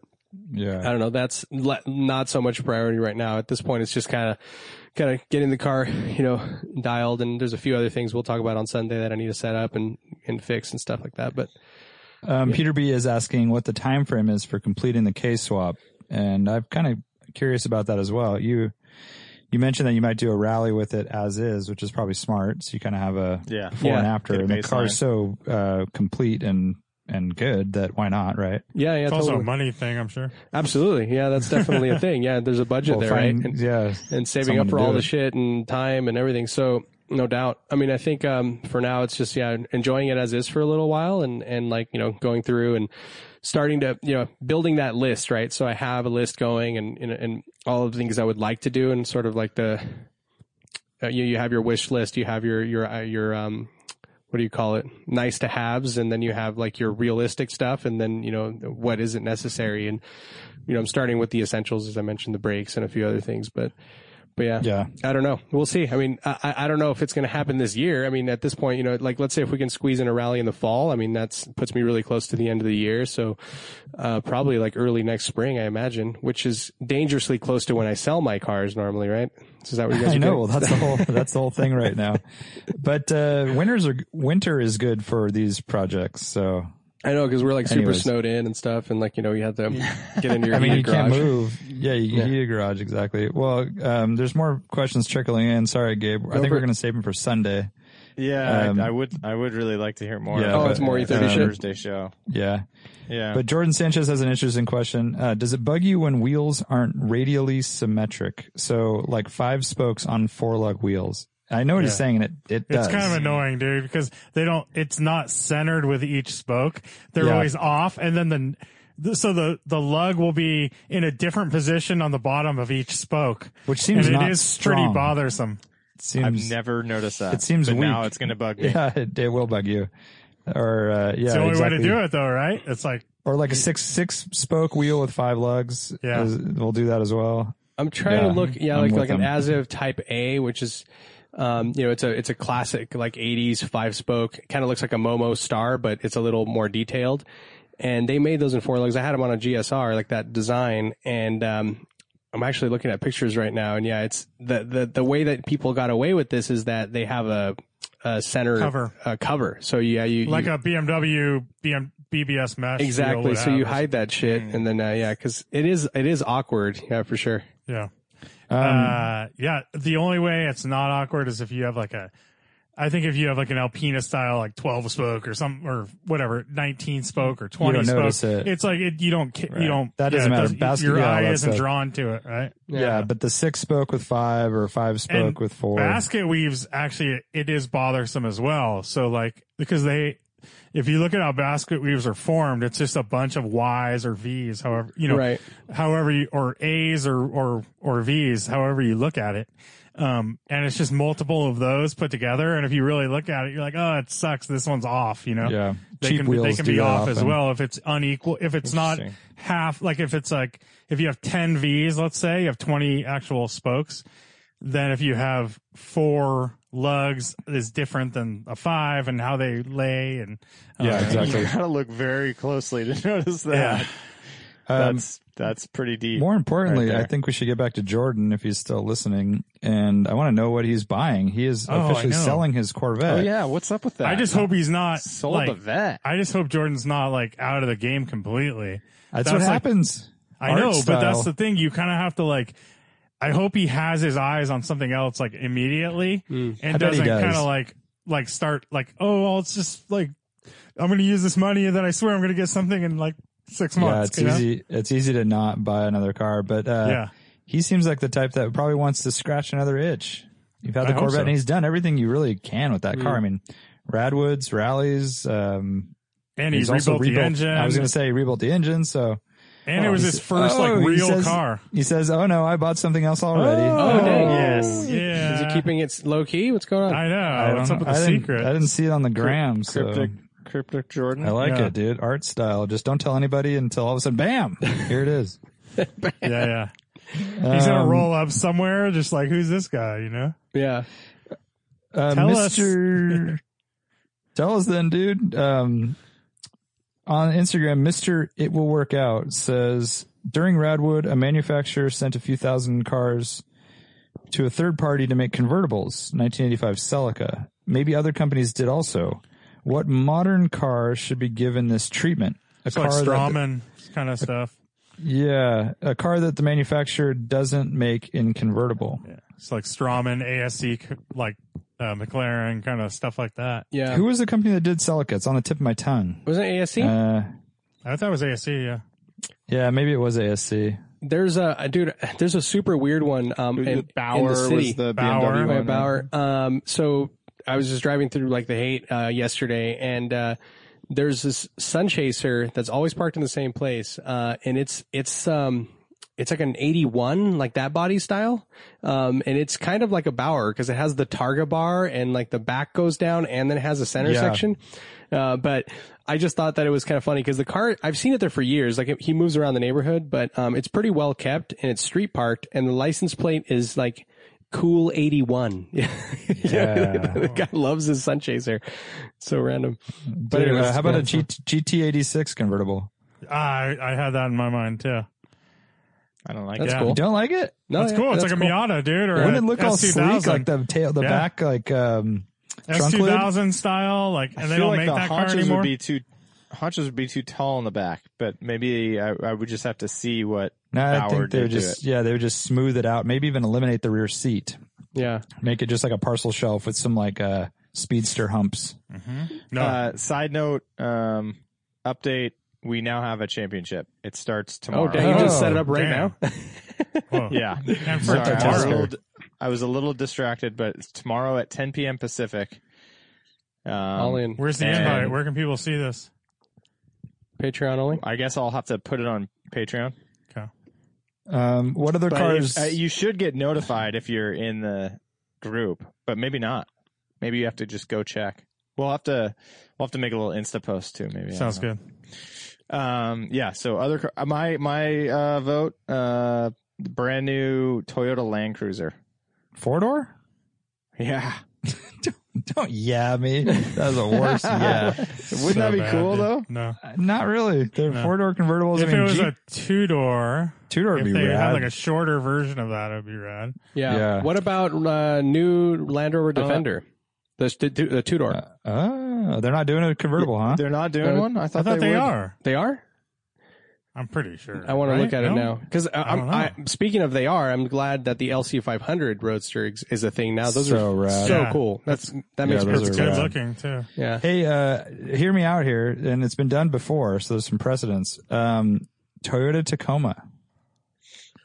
S4: Yeah.
S5: I don't know. That's le- not so much priority right now. At this point, it's just kind of, kind of getting the car, you know, dialed. And there's a few other things we'll talk about on Sunday that I need to set up and, and fix and stuff like that. But
S4: Um, Peter B is asking what the time frame is for completing the case swap, and I'm kind of curious about that as well. You you mentioned that you might do a rally with it as is, which is probably smart. So you kind of have a
S2: Yeah.
S4: before and
S5: Yeah,
S4: after,
S2: get a
S4: and the car's so uh, complete and and good that why not, right?
S5: yeah, yeah,
S3: It's also
S5: totally.
S3: a money thing, I'm sure.
S5: absolutely. Yeah, that's definitely a thing. Yeah, there's a budget
S4: Well,
S5: there,
S4: find-
S5: right? And-
S4: yeah,
S5: and saving
S4: someone
S5: up for
S4: to
S5: all
S4: do
S5: the
S4: it.
S5: shit and time and everything. So no doubt. I mean, I think um, for now it's just yeah, enjoying it as is for a little while, and and like you know going through and starting to you know building that list, right? So I have a list going and and, and all of the things I would like to do, and sort of like the uh, you you have your wish list, you have your your uh, your um what do you call it nice to haves and then you have like your realistic stuff and then you know what isn't necessary and you know i'm starting with the essentials as i mentioned the brakes and a few other things but but yeah,
S4: yeah.
S5: I don't know. We'll see. I mean, I, I- I don't know if it's going to happen this year. I mean, at this point, you know, like let's say if we can squeeze in a rally in the fall, I mean, that's puts me really close to the end of the year. So, uh, probably like early next spring, I imagine, which is dangerously close to when I sell my cars normally, right? So is that what you guys
S4: I
S5: are
S4: know.
S5: doing?
S4: Well, that's the whole that's the whole thing right now. But uh, winters are winter is good for these projects. So
S5: I know because we're like super
S4: Anyways.
S5: snowed in and stuff, and like you know you have to get into your
S4: I mean, you
S5: heated garage.
S4: can't move. Yeah, you
S5: Yeah.
S4: need a garage exactly. Well, um, there's more questions trickling in. Sorry, Gabe. I think
S5: for
S4: we're
S5: it.
S4: going to save them for Sunday.
S2: Yeah,
S4: Um,
S2: I, I would. I would really like to hear more.
S4: Yeah,
S2: about
S5: Oh, it's more
S2: that
S5: E30 shit.
S2: Thursday show.
S4: Yeah,
S2: Yeah,
S4: but Jordan Sanchez has an interesting question. Uh, does it bug you when wheels aren't radially symmetric? So, like five spokes on four lug wheels. I know what he's
S3: Yeah.
S4: saying, and it it does.
S3: It's kind of annoying, dude, because they don't. It's not centered with each spoke. They're
S4: Yeah.
S3: always off, and then the the- so the the lug will be in a different position on the bottom of each spoke,
S4: Which seems
S3: and
S4: not
S3: it is
S4: strong.
S3: pretty bothersome.
S4: It seems,
S2: I've never noticed that.
S4: it seems
S2: but
S4: weak.
S2: now it's gonna bug me.
S4: yeah, it, it will bug you. Or uh, yeah,
S3: It's the only
S4: exactly.
S3: way to do it, though, right? It's like
S4: Or like a six six spoke wheel with five lugs.
S3: Yeah.
S4: is- we'll do that as well.
S5: I'm trying to
S4: Yeah,
S5: look, yeah,
S4: I'm
S5: like
S4: with
S5: like an
S4: them.
S5: Aziv Type A, which is, um, you know, it's a it's a classic like '80s five spoke. Kind of looks like a Momo Star, but it's a little more detailed. And they made those in four legs. I had them on a GSR, like that design. And um, I'm actually looking at pictures right now, and yeah, it's the the the way that people got away with this is that they have a, a center
S3: Cover.
S5: a cover. So yeah, you
S3: like
S5: you,
S3: a BMW BM, BBS mesh. deal
S5: exactly.
S3: would
S5: So you
S3: have.
S5: hide that shit,
S3: Hmm.
S5: and then uh, yeah, because it is it is awkward. Yeah, for sure.
S3: Yeah.
S4: Um,
S3: uh, yeah. The only way it's not awkward is if you have like a, I think if you have like an Alpina style, like 12 spoke or some, or whatever, 19 spoke or 20
S4: don't
S3: spoke.
S4: notice it.
S3: It's like, it, you don't, ca- you don't,
S4: That doesn't
S3: it
S4: matter.
S3: doesn't-
S4: Basket-
S3: your
S4: yeah,
S3: eye
S4: that's
S3: isn't
S4: a-
S3: drawn to it, right?
S4: Yeah, but the six spoke with five or five spoke
S3: And
S4: with four.
S3: Basket weaves actually it is bothersome as well. So like because they if you look at how basket weaves are formed, it's just a bunch of Y's or V's, however you know
S5: Right.
S3: however you or A's or or or V's, however you look at it. Um and it's just multiple of those put together. And if you really look at it, you're like, oh it sucks, this one's off, you know?
S4: yeah,
S3: They
S4: cheap
S3: can
S4: wheels
S3: they can
S4: do
S3: be
S4: that
S3: off as
S4: often.
S3: well if it's unequal if it's not
S2: Interesting.
S3: half like if it's like if you have 10 V's let's say you have 20 actual spokes then if you have four lugs is different than a five and how they lay and
S4: Yeah,
S3: uh,
S4: exactly.
S2: You gotta look very closely to notice that.
S3: Yeah.
S4: Um,
S2: that's that's pretty deep.
S4: more importantly,
S2: right there.
S4: I think we should get back to Jordan if he's still listening, and I want to know what he's buying. He is
S3: Oh, I
S4: officially
S3: know.
S4: selling his Corvette.
S2: oh yeah, what's up with that?
S3: I just hope he's not
S2: sold
S3: like
S2: a vet.
S3: I just hope Jordan's not like out of the game completely
S4: that's,
S3: That's
S4: what
S3: like-
S4: happens.
S3: I
S4: Art
S3: know but that's
S4: style.
S3: the thing you kind of have to like I hope he has his eyes on something else like immediately
S5: Mm.
S3: and
S4: I bet he
S3: doesn't
S4: does.
S3: kind of like like start like oh well, it's just like I'm gonna use this money and then I swear I'm gonna get something in like six
S4: Yeah,
S3: months.
S4: it's
S3: you know?
S4: easy. It's easy to not buy another car, but uh,
S3: Yeah.
S4: he seems like the type that probably wants to scratch another itch. You've had
S3: I
S4: the
S3: hope
S4: Corvette,
S3: so. Mm.
S4: and he's done everything you really can with that car. I mean, Radwoods, rallies. Um,
S3: And he
S4: he's
S3: rebuilt,
S4: also
S3: the
S4: rebuilt.
S3: engine.
S4: I was going to say he rebuilt the engine, so
S3: and it was his
S4: He's-
S3: first like
S4: oh, he
S3: real
S4: says-
S3: car.
S4: He says, "Oh no, I bought something else already."
S5: Oh, dang.
S3: yes,
S5: Is
S3: yeah.
S5: he keeping it low key? What's going on?
S3: I
S4: I
S3: know. What's
S4: don't
S3: up
S4: know.
S3: with
S4: I
S3: the
S4: didn't-
S3: secret?
S4: I didn't see it on the gram, so
S2: cryptic, cryptic Jordan.
S4: I like
S3: Yeah.
S4: it, dude. Art style. Just don't tell anybody until all of a sudden, bam! Here it is.
S3: yeah, yeah. He's gonna
S4: Um,
S3: roll up somewhere, just like who's this guy? You know?
S5: yeah.
S4: Uh,
S3: Tell us.
S4: Mr. tell us then, dude. Um, on Instagram, Mr. It Will Work Out says during Radwood, a manufacturer sent a few thousand cars to a third party to make convertibles, 1985 Celica. Maybe other companies did also. What modern car should be given this treatment? A
S3: It's like
S4: that-
S3: strawman kind of stuff.
S4: yeah, a car that the manufacturer doesn't make in convertible.
S3: It's like strawman, ASC, like uh, McLaren, kind of stuff like that.
S5: Yeah.
S4: Who was the company that did Celica? It's on the tip of my tongue.
S5: Wasn't it ASC?
S4: Uh,
S3: I thought it was ASC. Yeah,
S4: yeah, maybe it was ASC.
S5: there's a dude. There's a super weird one. Um, in,
S2: Bauer
S5: in the city.
S2: was the
S3: Bauer.
S2: BMW.
S3: Right,
S5: Right,
S2: one. uh,
S5: Bauer. Um, so I was just driving through like the hate uh, yesterday, and uh, there's this sun chaser that's always parked in the same place, uh, and it's it's um it's like an 81 like that body style um and it's kind of like a bower because it has the targa bar and like the back goes down and then it has a center
S4: Yeah.
S5: section uh but i just thought that it was kind of funny because the car i've seen it there for years like it, he moves around the neighborhood but um it's pretty well kept and it's street parked and the license plate is like cool 81 yeah, the guy loves his sun chaser so random but
S4: Dude,
S5: anyways,
S4: uh, how about a
S5: yeah.
S4: G- GT86 convertible?
S3: I Ah, I had that in my mind too.
S2: I don't like
S5: that's
S3: Yeah.
S5: cool
S4: You don't like it?
S5: no,
S3: that's
S5: yeah,
S3: cool. It's like a
S5: cool.
S3: Miata, dude, or
S4: Wouldn't
S3: a
S4: it look all
S3: S2000.
S4: sleek, like the tail, the
S3: Yeah.
S4: back, like um,
S3: S
S4: trunk
S3: two
S4: lid?
S3: thousand style, like,
S2: it.
S3: and
S2: I
S3: they
S2: feel
S3: don't
S2: like
S3: make
S2: the
S3: that car
S2: haunches
S3: anymore.
S2: would be too haunches would be too tall in the back, but maybe I, I would just have to see what
S4: Nah, I
S2: Bauer
S4: think they
S2: did
S4: would
S2: to
S4: just yeah, they would just smooth it out. Maybe even eliminate the rear seat,
S5: yeah
S4: make it just like a parcel shelf with some like uh speedster humps.
S3: Mm-hmm. no,
S2: Uh, side note, um, update: We now have a championship. It starts
S5: oh
S2: tomorrow.
S5: dang you just
S4: Oh,
S5: set it up right
S3: damn.
S5: now
S3: whoa.
S2: Yeah,
S3: and for
S2: Sorry, I, was a
S3: tomorrow,
S2: little, I was a little distracted, but it's tomorrow at 10 p.m. Pacific. Um,
S5: all in
S3: where's the
S2: And-
S3: invite? Where can people see this?
S5: patreon only
S2: I guess I'll have to put it on Patreon.
S4: Um, what other
S2: But
S4: cars?
S2: if- uh, you should get notified if you're in the group, but maybe not. Maybe you have to just go check. We'll have to we'll have to make a little Insta post too. Maybe I don't
S3: Sounds
S2: know.
S3: good.
S2: Um, yeah. So other car- my my uh, vote uh, brand new Toyota Land Cruiser.
S4: Four door?
S2: Yeah.
S4: Don't yeah me. That was the worst. yeah,
S2: Wouldn't that be
S3: bad,
S2: cool
S3: dude.
S2: though?
S3: No,
S4: not really. They're
S3: No.
S4: four door convertibles.
S3: if
S4: I mean,
S3: it was
S4: Jeep,
S3: a two door,
S4: two door would
S3: if
S4: be
S3: they had
S4: rad.
S3: like a shorter version of that, it'd be rad.
S5: Yeah.
S4: Yeah.
S5: What about uh, new Land Rover
S2: don't know.
S5: Defender? The, st- du- the two door.
S4: Uh, oh, they're not doing a convertible, huh?
S2: They're not doing
S5: Uh,
S2: one. I
S3: I
S2: thought,
S3: thought they,
S2: would.
S3: are.
S5: they are.
S3: I'm pretty sure.
S5: I want to
S3: right?
S5: look at it
S3: No?
S5: now because
S3: don't
S5: I'm
S3: know.
S5: I, speaking of they are. I'm glad that the LC500 Roadster is, is a thing now. Those
S4: so
S5: are
S4: rad.
S5: so
S3: Yeah.
S5: cool. That's that
S4: Yeah,
S5: makes
S4: those
S3: It's
S5: perfect
S4: are
S3: good
S5: sense.
S4: rad.
S3: looking too.
S5: Yeah.
S4: Hey, uh, hear me out here, and it's been done before, so there's some precedence. Um, Toyota Tacoma.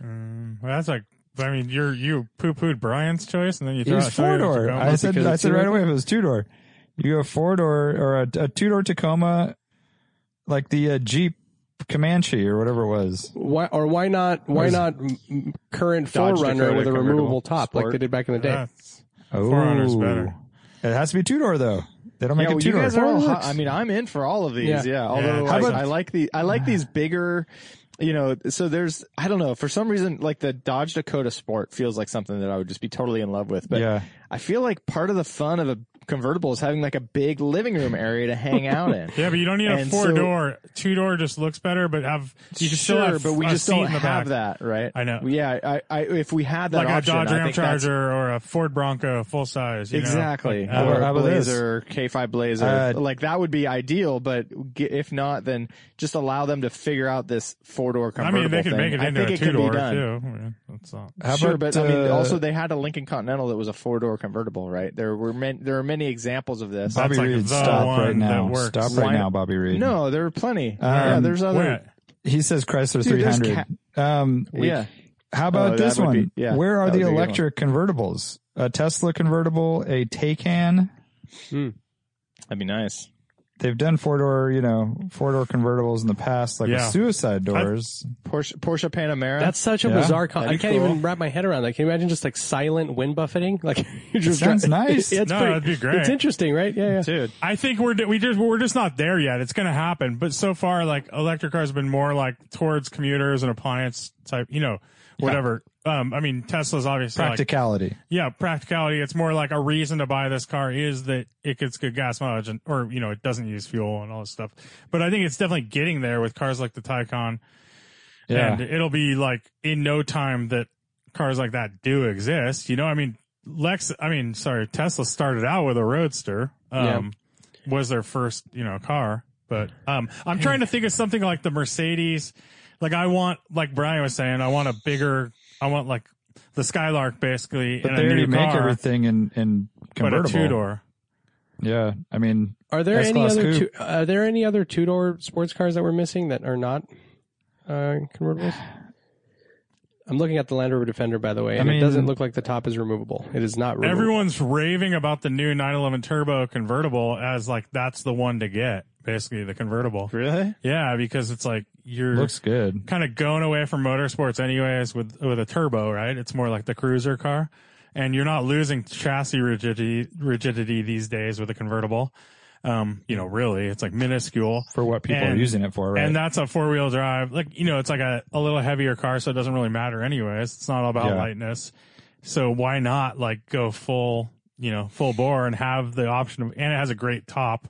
S3: Mm, well, that's like. I mean, you're you poo pooed Brian's choice, and then you
S4: It
S3: threw
S4: was
S3: out
S4: four
S3: Toyota's
S4: door.
S3: Tacoma.
S4: I said,
S5: because
S4: I
S5: it's
S4: said right
S5: two-door?
S4: away if it was two door. You go four door or a, a two door Tacoma, like the uh, Jeep Comanche or whatever it was.
S5: Why or why not? Why
S4: Where's-
S5: not m- m- current
S2: Dodge
S5: Forerunner
S2: Dakota
S5: with a
S2: convertible
S5: removable top like
S2: Sport.
S5: they did back in the day?
S3: That's-
S4: Oh,
S3: Forerunner's better.
S4: It has to be two door though. They don't make
S2: Yeah,
S4: it
S2: well,
S4: two
S2: you
S4: door.
S2: guys are all hot. I mean, I'm in for all of these.
S5: Yeah.
S2: Yeah.
S3: Yeah,
S2: Although
S3: How
S2: I,
S3: about-
S2: I like the I like these bigger. You know, so there's I don't know for some reason like the Dodge Dakota Sport feels like something that I would just be totally in love with. But
S4: yeah,
S2: I feel like part of the fun of a convertible is having like a big living room area to hang out in.
S3: Yeah, but you don't need a
S2: And
S3: four
S2: so-
S3: door. Two door just looks better, but have you can still
S2: sure,
S3: have
S2: but we
S3: a
S2: just
S3: seat
S2: don't
S3: in the
S2: have
S3: back.
S2: that, right?
S3: I know.
S2: Yeah, I, I if we had that
S3: like
S2: option,
S3: a Dodge
S2: I
S3: Ram
S2: think that's-
S3: Charger or a Ford Bronco full size. you know?
S2: Exactly.
S3: Like, uh,
S4: Or-
S2: or
S4: how about this?
S2: Blazer, K5 Blazer.
S4: Uh,
S2: like that would be ideal, but g- if not, then just allow them to figure out this four door
S3: I
S2: convertible.
S3: mean, they could
S2: thing.
S3: make it
S2: I
S3: into
S2: think
S3: a
S2: it could
S3: two
S2: be
S3: door
S2: done.
S3: too. I mean, That's not.
S4: How
S2: sure,
S4: about,
S2: but I mean,
S4: uh,
S2: also they had a Lincoln Continental that was a four door convertible, right? There were many, there are many examples of this.
S4: Bobby
S3: like
S4: Reed,
S3: the
S4: stop
S3: one
S4: right now.
S3: that works.
S4: Stop right
S2: Why-
S4: now, Bobby Reed.
S2: no, there are plenty. yeah,
S4: Um,
S2: there's other.
S3: Where-
S4: he says Chrysler
S2: Dude, there's
S4: 300. um,
S2: Yeah,
S4: How about
S2: Oh, that
S4: this
S2: would
S4: one?
S2: be- yeah,
S4: Where are
S2: that
S4: the
S2: would be a good one.
S4: electric convertibles? A Tesla convertible, a Taycan.
S2: that'd be nice.
S4: They've done four door, you know, four door convertibles in the past, like
S3: Yeah.
S4: with suicide doors.
S2: Porsche Porsche Panamera.
S5: That's such a
S4: Yeah.
S5: bizarre. Con- I
S2: That'd be
S5: can't
S2: cool.
S5: even wrap my head around that. Can you imagine just like silent wind buffeting? Like you just
S4: Sounds nice.
S5: It's
S3: No,
S5: pretty-
S3: that'd be great.
S5: It's interesting, right? Yeah, yeah.
S2: dude.
S3: I think we're we just we're just not there yet. It's going to happen, but so far, like electric cars have been more like towards commuters and appliance type, you know, whatever. Um, I mean, Tesla's obviously like,
S4: Practicality.
S3: yeah, practicality. It's more like a reason to buy this car is that it gets good gas mileage and, or, you know, it doesn't use fuel and all this stuff. But I think it's definitely getting there with cars like the Taycan.
S4: yeah.
S3: And it'll be like in no time that cars like that do exist. You know, I mean, Lex, I mean, sorry, Tesla started out with a Roadster. Um, was their first, you know, car, but, um, I'm trying to think of something like the Mercedes. Like I want, like Brian was saying, I want a bigger, I want like the Skylark basically.
S4: but
S3: and
S4: they
S3: a
S4: already
S3: new
S4: make
S3: car,
S4: everything in, in
S3: But a
S4: convertible.
S3: two door.
S4: Yeah. I mean,
S5: Are there any
S4: S-Class
S5: other two,
S4: coupe.
S5: are there any other two door sports cars that we're missing that are not uh, convertibles? I'm looking at the Land Rover Defender, by the way, and
S4: mean-
S5: it doesn't look like the top is removable. It is not removable.
S3: Everyone's raving about the new 911 turbo convertible as like, that's the one to get basically the convertible.
S2: Really?
S3: Yeah. Because it's like, you're,
S4: looks good.
S3: kind of going away from motorsports anyways with with a turbo, right? It's more like the cruiser car. And you're not losing chassis rigidity rigidity these days with a convertible. Um, you know, really, it's like minuscule.
S4: For what people are
S3: And-
S4: using it for, right?
S3: And that's a four wheel drive. Like, you know, it's like a, a little heavier car, so it doesn't really matter anyways. It's not all about
S4: Yeah.
S3: lightness. So why not like go full, you know, full bore and have the option of, and it has a great top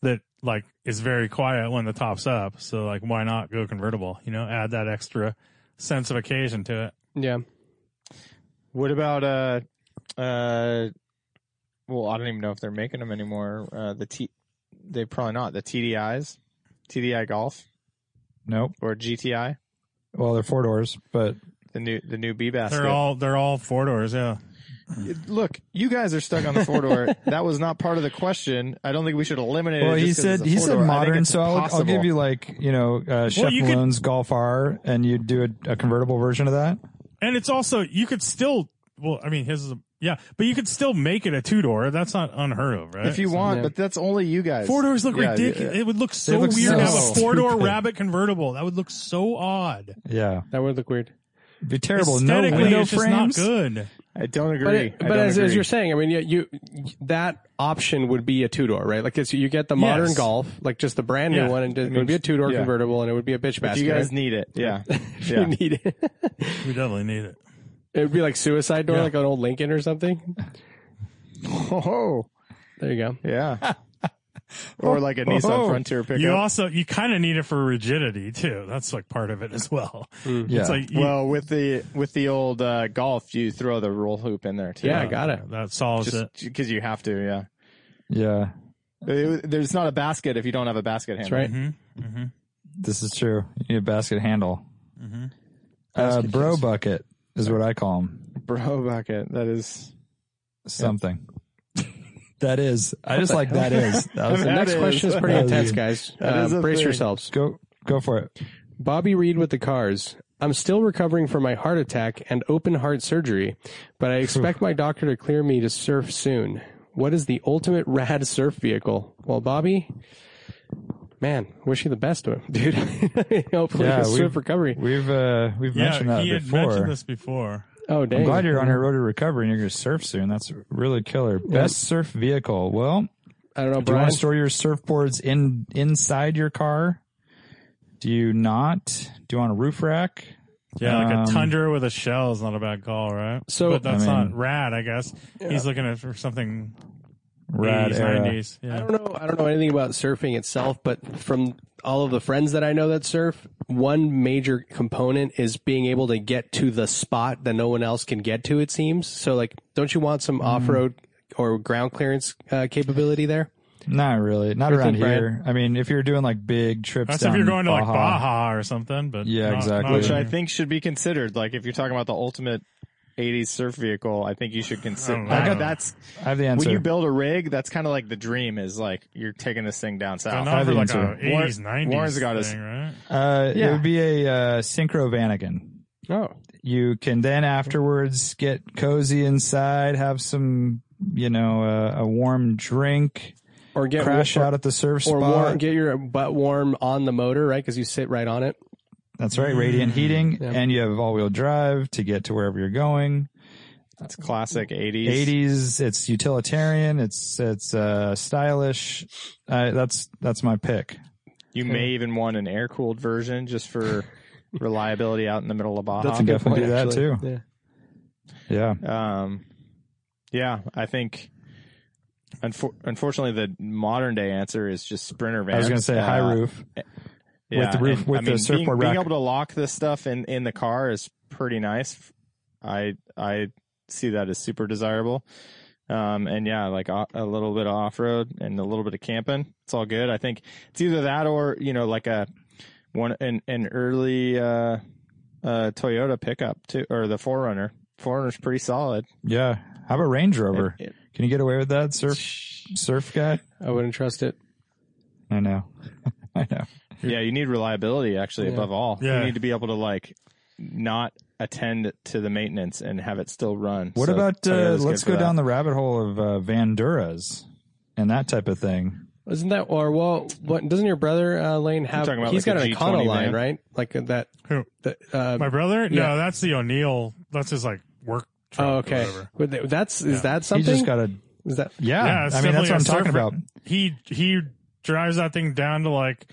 S3: that like is very quiet when the top's up. So like, why not go convertible? You know, add that extra sense of occasion to it.
S5: yeah.
S2: What about uh uh well, I don't even know if they're making them anymore. Uh the T they probably not. The TDIs, TDI Golf
S4: nope.
S2: or GTI,
S4: Well, they're four doors, but
S2: the new the new B basket.
S3: They're all, they're all four doors. Yeah.
S2: Look, you guys are stuck on the four door. that was not part of the question. I don't think we should eliminate
S4: well,
S2: it.
S4: he
S2: just 'cause
S4: said
S2: it's a
S4: he said
S2: four-door. I think
S4: modern,
S2: it's
S4: so I'll, I'll give
S2: possible.
S4: you like you know uh, Chef
S3: you could-
S4: Malone's Golf R, and you do a, a convertible version of that.
S3: And it's also, you could still, well, I mean, his is a, yeah, but you could still make it a two door. That's not unheard of, right?
S2: if you want, but that's only you guys.
S3: Four doors look
S2: Yeah,
S3: ridiculous.
S2: yeah.
S3: It would look so
S4: look
S3: weird
S4: so
S3: to have a
S4: stupid.
S3: four door rabbit convertible. That would look so odd.
S4: Yeah,
S5: That would look weird.
S4: It'd be terrible. No
S3: Aesthetically,
S4: window
S3: it's just
S4: frames.
S3: not good.
S2: I don't agree.
S5: But, it,
S2: I
S5: but
S2: don't
S5: as, as
S2: agree.
S5: you're saying, I mean, you, you that option would be a two door, right? Like it's, you get the modern
S3: Yes.
S5: Golf, like just the brand new
S3: Yeah.
S5: one, and it would be a two door
S2: yeah.
S5: convertible, and it would be a bitch
S2: If
S5: basket.
S2: you guys
S5: right?
S2: need it. Yeah.
S5: If
S2: yeah.
S5: you need it.
S3: We definitely need it.
S5: it would be like suicide door,
S3: Yeah.
S5: like an old Lincoln or something.
S2: Oh,
S5: There you go.
S2: yeah. or like a
S4: Oh.
S2: Nissan Frontier pickup.
S3: You also you kind of need it for rigidity too. That's like part of it as well.
S4: Yeah,
S3: It's like you,
S2: well, with the with the old uh, golf, you throw the roll hoop in there too.
S5: Yeah, I got it.
S3: that solves
S2: just
S3: it.
S2: because you have to. Yeah,
S4: yeah,
S2: It- there's not a basket if you don't have a basket handle.
S5: That's right.
S3: Mm-hmm,
S4: this is true. You need a basket handle.
S3: mm-hmm.
S4: Uh,
S2: Basket
S4: bro
S2: case.
S4: bucket is what I call them.
S2: bro bucket. That is.
S4: Something. that is. I just like that is. That was
S5: The
S2: That
S5: next
S2: is-
S5: question is pretty
S4: that is-
S5: intense, guys. Uh,
S2: is a
S5: brace
S2: thing.
S5: yourselves.
S4: go go for it.
S5: Bobby Reed with the cars. I'm still recovering from my heart attack and open heart surgery, but I expect my doctor to clear me to surf soon. What is the ultimate rad surf vehicle? Well, Bobby, man, wish you the best, dude. Hopefully,
S4: Yeah,
S5: a
S4: we-
S5: swift recovery.
S4: We've uh we've mentioned
S3: Yeah,
S4: that
S3: he had
S4: before.
S3: mentioned this before.
S5: Oh, dang!
S4: I'm glad you're on your road to recovery and you're going to surf soon. That's really killer. Best surf vehicle. Well,
S5: I don't know,
S4: do you want
S5: Brian.
S4: to store your surfboards in inside your car? Do you not? Do you want a roof rack?
S3: Yeah, like a
S4: Um,
S3: tundra with a shell is not a bad call, right?
S5: So-
S3: but that's
S4: I mean-
S3: not rad, I guess. He's looking at for something
S4: Rad
S3: 80s,
S4: era.
S3: 90s. Yeah.
S5: I don't know. I don't know anything about surfing itself, but from all of the friends that I know that surf, one major component is being able to get to the spot that no one else can get to. It seems so. Like, don't you want some off-road or ground clearance uh, capability there?
S4: Not really. Not around
S5: Brian?
S4: here. I mean, if you're doing like big trips,
S3: That's
S4: down
S3: if you're going to like
S4: Baja,
S3: Baja or something, but
S4: Yeah,
S3: not-
S4: exactly.
S3: not
S2: which I
S3: here.
S2: think should be considered. Like if you're talking about the ultimate '80s surf vehicle, I think you should
S3: I
S2: consider.
S3: don't know.
S2: Like, that's
S4: I have the answer.
S2: when you build a rig. That's kind of like the dream. Is like you're taking this thing down
S3: But
S2: south.
S3: not for
S4: the
S3: like
S4: answer.
S3: a 80s, 90s.
S2: Warren's got his-
S3: thing, right?
S4: uh, It
S2: Yeah.
S4: would be a uh, synchro vanagon.
S5: Oh,
S4: you can then afterwards get cozy inside, have some, you know, uh, a warm drink,
S5: or get
S4: crash
S5: or,
S4: out at the surf
S5: or
S4: spot.
S5: warm, get your butt warm on the motor, right? Because you sit right on it.
S4: That's right, radiant heating,
S5: Yeah.
S4: and you have all-wheel drive to get to wherever you're going.
S2: It's classic '80s.
S4: 80s, it's utilitarian, it's it's uh, stylish. Uh, that's that's my pick.
S2: You may even want an air cooled version just for reliability out in the middle of Baja.
S5: That's
S4: can
S5: a good
S4: definitely
S5: point,
S4: do that
S5: actually.
S4: too.
S5: Yeah.
S4: Yeah.
S2: Um, yeah, I think. Unfor- unfortunately, the modern day answer is just sprinter vans.
S4: I was going to say high
S2: Uh,
S4: roof.
S2: yeah,
S4: the roof- with the
S2: being,
S4: surfboard
S2: being
S4: rack.
S2: able to lock this stuff in in the car is pretty nice. I I see that as super desirable. Um, and yeah, like a, a little bit of off road and a little bit of camping, it's all good. I think it's either that or you know like a one an an early uh, uh, Toyota pickup too, or the Forerunner. Forerunner's pretty solid.
S4: Yeah. How about Range Rover?
S2: It- it-
S4: Can you get away with that, surf surf guy?
S5: I wouldn't trust it.
S4: I know. I know.
S2: Yeah, you need reliability actually
S5: Yeah.
S2: above all.
S3: Yeah.
S2: You need to be able to like not attend to the maintenance and have it still run.
S4: What
S2: So
S4: about uh,
S2: Toyota's
S4: let's
S2: good
S4: go
S2: for
S4: down
S2: that.
S4: the rabbit hole of uh, Vanduras and that type of thing?
S5: Isn't that or well? What doesn't your brother uh, Lane have?
S2: talking about
S5: He's
S2: like
S5: got
S2: a
S5: an
S2: G20
S5: Econo line,
S2: van?
S5: right? Like uh, that.
S3: Who?
S5: The, uh,
S3: My brother?
S5: Yeah.
S3: No, that's the O'Neill. That's his like work. Truck
S5: oh,
S3: Or
S5: okay.
S3: whatever.
S5: Would they- That's is
S3: Yeah.
S5: that
S4: He
S5: something?
S4: just got a
S5: is that
S2: Ah,
S4: yeah.
S3: Yeah, it's
S4: I mean that's
S3: definitely
S4: what I'm
S3: a
S4: talking
S3: surfer-
S4: about.
S3: He he drives that thing down to like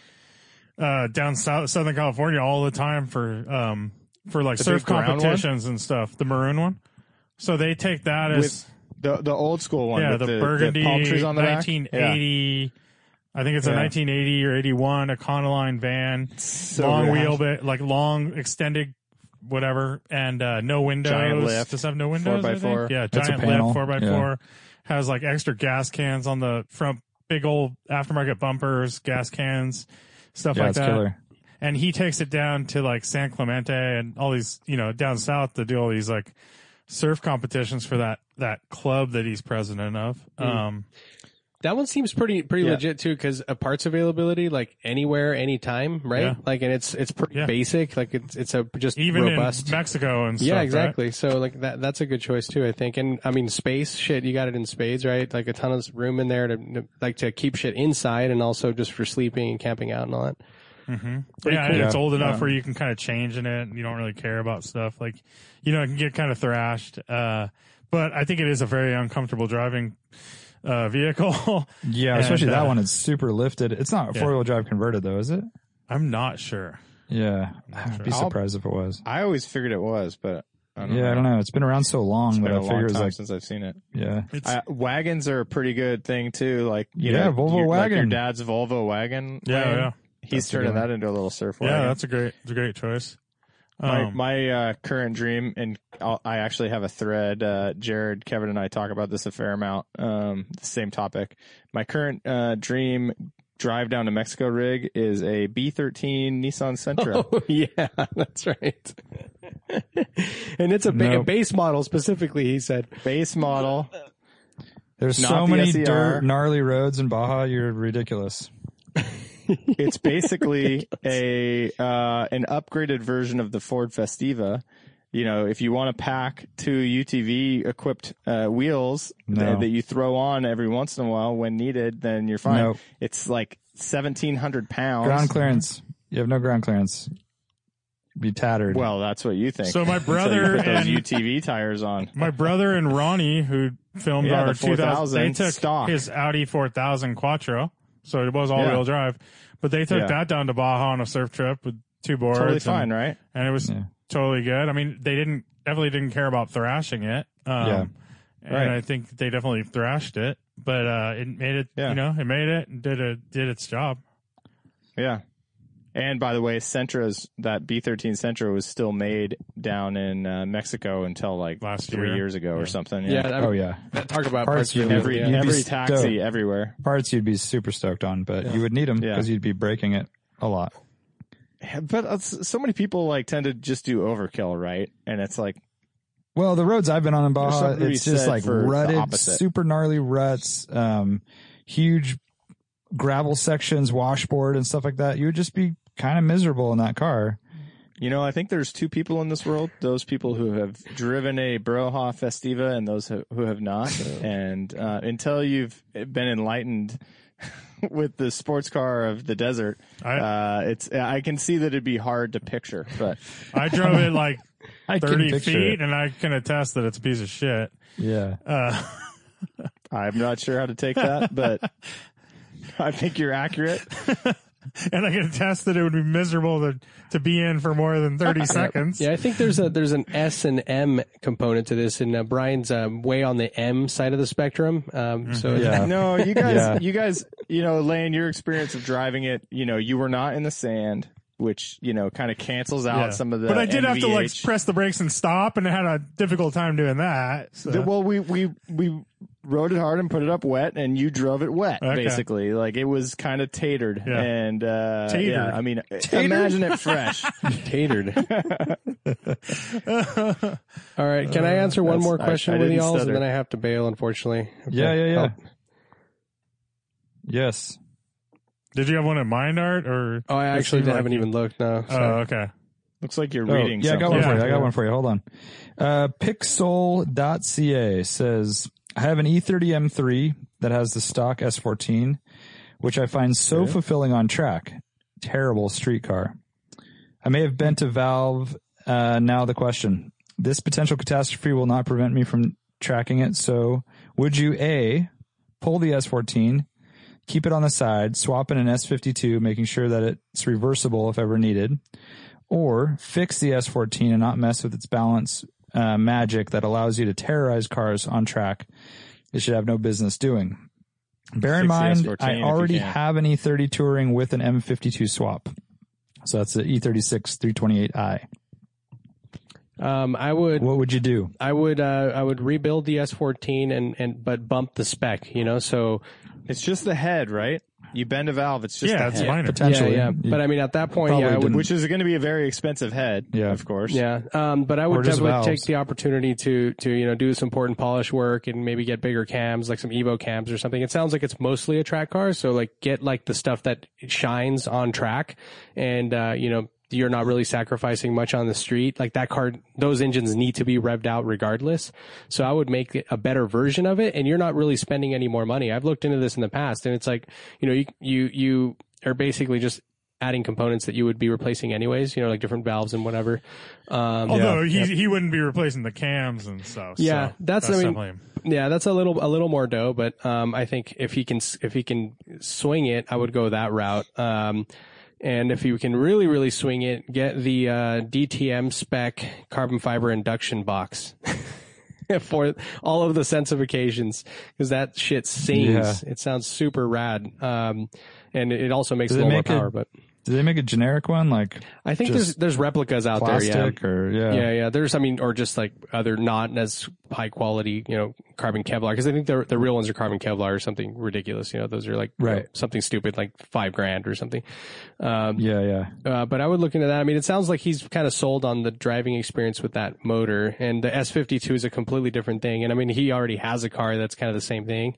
S3: uh down south Southern California all the time for um for like
S2: The
S3: surf
S2: big brown one?
S3: competitions and stuff. The maroon one. So they take that as
S2: With- the the old school one?
S3: yeah,
S2: with
S3: the,
S2: the,
S3: burgundy
S2: the palm trees on the back? Yeah.
S3: 1980. I think it's a
S2: Yeah.
S3: 1980 or 81 Econoline van,
S2: So
S3: long
S2: rad.
S3: wheelbase, like long extended, whatever, and uh, no windows.
S2: Giant lift,
S3: Does it have no windows?
S2: by
S3: I think?
S2: four.
S3: Yeah,
S4: It's a
S3: giant
S4: panel,
S3: lift, four by
S4: yeah.
S3: four. Has like extra gas cans on the front, big old aftermarket bumpers, gas cans, stuff
S4: Yeah,
S3: like
S4: it's
S3: that
S4: killer.
S3: and he takes it down to like San Clemente and all these, you know, down south to do all these like surf competitions for that that club that he's president of. Um,
S5: that one seems pretty pretty
S2: Yeah.
S5: legit too because a parts availability like anywhere anytime right
S3: Yeah.
S5: like and it's it's pretty
S3: Yeah.
S5: basic like it's it's a just
S3: even
S5: robust
S3: in Mexico and stuff.
S5: yeah
S3: right?
S5: exactly so like that that's a good choice too I think and I mean space shit you got it in spades right like a ton of room in there to like to keep shit inside and also just for sleeping and camping out and all that
S3: Mhm.
S5: Pretty
S3: Yeah,
S5: cool.
S3: and it's
S4: Yeah.
S3: old enough
S2: Yeah.
S3: where you can kind of change in it, and you don't really care about stuff like, you know, it can get kind of thrashed. Uh, but I think it is a very uncomfortable driving uh, vehicle.
S4: Yeah,
S3: And,
S4: especially that
S3: uh,
S4: one. It's super lifted. It's not
S3: Yeah.
S4: four wheel drive converted though, is it?
S3: I'm not sure.
S4: Yeah, I'd be
S2: I'll-
S4: surprised if it was.
S2: I always figured it was, but I don't
S4: yeah,
S2: know.
S4: I don't know. It's been around so long
S2: It's been
S4: that I
S2: a
S4: figure
S2: long
S4: it was
S2: time
S4: like,
S2: since I've seen it.
S4: yeah,
S3: It's
S2: Uh, wagons are a pretty good thing too. Like you
S4: Yeah,
S2: know,
S4: Volvo
S2: your, like your
S4: wagon.
S2: dad's Volvo wagon.
S3: yeah,
S2: lane,
S3: yeah,
S2: He's
S4: That's a
S2: turning
S4: good one.
S2: that into a little surf wagon.
S3: yeah. That's a great, it's a great choice.
S2: My,
S3: Um,
S2: my uh, current dream, and I'll, I actually have a thread. Uh, Jared, Kevin, and I talk about this a fair amount. Um, same topic. My current uh, dream drive down to Mexico rig is a B13 Nissan Sentra.
S5: oh yeah that's right and it's a, ba-
S4: Nope.
S5: a base model specifically he said
S2: Base model.
S4: there's
S2: Not
S4: so
S2: the E
S4: many
S2: SER.
S4: dirt, gnarly roads in Baja. You're ridiculous.
S2: It's basically a uh, an upgraded version of the Ford Festiva. You know, if you want to pack two UTV equipped uh, wheels
S4: No.
S2: that, that you throw on every once in a while when needed, then you're fine.
S4: No.
S2: It's like seventeen hundred pounds.
S4: Ground clearance. You have no ground clearance. Be tattered.
S2: Well, that's what you think.
S3: so my
S2: So you
S3: brother
S2: put those
S3: and
S2: UTV tires on.
S3: my brother and Ronnie, who filmed
S2: Yeah,
S3: our
S2: the
S3: 2000, they
S2: 4000
S3: took
S2: stock.
S3: his Audi 4000 Quattro, so it was all wheel
S2: Yeah.
S3: drive. But they took
S2: Yeah.
S3: that down to Baja on a surf trip with two boards,
S2: Totally
S3: and,
S2: fine, right?
S3: and it was
S4: Yeah.
S3: totally good. I mean, they didn't definitely didn't care about thrashing it. Um,
S4: Yeah.
S3: And
S2: Right.
S3: I think they definitely thrashed it, but uh, it made it.
S2: Yeah.
S3: You know, it made it and did a did its job.
S2: Yeah. And by the way, Sentra's that B13 Sentra was still made down in uh, Mexico until like
S3: Last
S2: three
S3: year.
S2: years ago
S3: Yeah.
S2: or something.
S5: yeah, I
S4: oh yeah,
S5: talk about
S4: Parts
S5: parts,
S4: you-
S2: every
S5: availability.
S4: you'd be
S2: every taxi
S4: stoked.
S2: everywhere.
S4: parts you'd be super stoked on, but you would need them
S2: Yeah.
S4: because you'd be breaking it a lot.
S2: But uh, s- so many people like tend to just do overkill, right? And it's like
S4: Well, the roads I've been on in Baja,
S2: something to be
S4: it's just
S2: said
S4: like
S2: for the
S4: rutted,
S2: opposite.
S4: super gnarly ruts, um, huge gravel sections, washboard and stuff like that. You would just be kind of miserable in that car.
S2: you know, I think there's two people in this world: those people who have driven a Broha Festiva, and those who who have not. and uh, until you've been enlightened with the sports car of the desert,
S3: I-
S2: uh, it's I can see that it'd be hard to picture, but
S3: I drove it like
S4: I can
S3: thirty
S4: picture
S3: feet,
S4: it.
S3: and I can attest that it's a piece of shit.
S4: Yeah.
S3: Uh,
S2: I'm not sure how to take that. But I think you're accurate.
S3: and I could attest that it would be miserable to to be in for more than thirty seconds.
S5: Yeah, I think there's a there's an S and M component to this, and uh, Brian's um, way on the M side of the spectrum. Um, so
S4: Yeah.
S2: No, you guys,
S4: Yeah.
S2: you guys, you know, Lane, your experience of driving it, you know, you were not in the sand, which you know kind of cancels out
S3: Yeah.
S2: some of the.
S3: but I did have to like
S2: NVH.
S3: press the brakes and stop, and I had a difficult time doing that. So.
S2: The- well, we we we rode it hard and put it up wet, and you drove it wet,
S3: Okay.
S2: basically. Like it was kind of tatered,
S3: Yeah.
S2: and uh,
S3: Tatered.
S2: yeah, I mean, imagine it fresh.
S5: tatered. All right, can I answer one
S2: That's-
S5: more
S2: I-
S5: question
S2: I
S5: with
S2: didn't
S5: y'all,
S2: stutter.
S5: and then I have to bail, unfortunately. Okay.
S4: Yeah, yeah, yeah.
S5: Oh.
S4: Yes.
S3: did you have one in mind, Art? Or
S5: Oh, I
S3: It
S5: actually
S3: seemed like
S5: haven't
S3: you-
S5: even looked. No, sorry.
S3: oh, okay.
S2: Looks like you're
S4: Oh,
S2: reading.
S4: yeah, I got
S2: something.
S4: one for
S3: Yeah.
S4: you. I got one for you. Hold on. Uh, Pixel.ca says, I have an E E30 M3 that has the stock S14, which I find so fulfilling on track. Terrible street car. I may have bent a valve. Uh, now the question. This potential catastrophe will not prevent me from tracking it. So would you A, pull the S14, keep it on the side, swap in an S52, making sure that it's reversible if ever needed, or fix the S14 and not mess with its balance uh, magic that allows you to terrorize cars on track. It should have no business doing. Bear
S2: Fix the
S4: in mind,
S2: S14 if
S4: I
S2: you
S4: already
S2: can.
S4: have an E30 touring with an M52 swap. So that's the E E36 328i.
S5: Um, I would
S4: What would you do?
S5: I would uh, I would rebuild the S14 and and but bump the spec, you know. So
S2: It's just the head, right? You bend a valve. It's just
S3: yeah,
S2: the
S3: it's
S2: head.
S3: minor.
S4: Potentially.
S5: yeah, yeah.
S4: You-
S5: But I mean, at that point, yeah, I
S4: probably
S5: would.
S2: which is going to be a very expensive head.
S4: Yeah.
S2: of course.
S5: Yeah, um, but I
S4: Or
S5: would
S4: just
S5: definitely
S4: valves.
S5: take the opportunity to to you know do some port and polish work and maybe get bigger cams like some Evo cams or something. It sounds like it's mostly a track car, so like get like the stuff that shines on track, and uh, you know you're not really sacrificing much on the street. Like that car, those engines need to be revved out regardless. So I would make it a better version of it, and you're not really spending any more money. I've looked into this in the past, and it's like you know you you you are basically just adding components that you would be replacing anyways, you know, like different valves and whatever. Um,
S3: Although he he wouldn't be replacing the cams and stuff. so
S5: Yeah, that's- I mean-
S3: definitely-
S5: yeah, that's a little a little more dough, but um, I think if he can if he can swing it, I would go that route. Um, and if you can really really swing it, get the uh, DTM spec carbon fiber induction box for all of the sensifications because that shit sings. It sounds super rad, um, and it also makes
S4: Does
S5: a
S4: it
S5: little more
S4: make it-
S5: power. but
S4: Do they make a generic one like
S5: I think
S4: just
S5: there's there's replicas out there. Yeah,
S4: plastic or yeah?
S5: Yeah, yeah. There's, I mean, or just like other not as high quality, you know, carbon Kevlar. Because I think the the real ones are carbon Kevlar or something ridiculous. You know, those are like you know,
S4: Right.
S5: something stupid, like five grand or something. Um,
S4: yeah, yeah.
S5: uh, but I would look into that. I mean, it sounds like he's kind of sold on the driving experience with that motor, and the S52 is a completely different thing. And I mean, he already has a car that's kind of the same thing.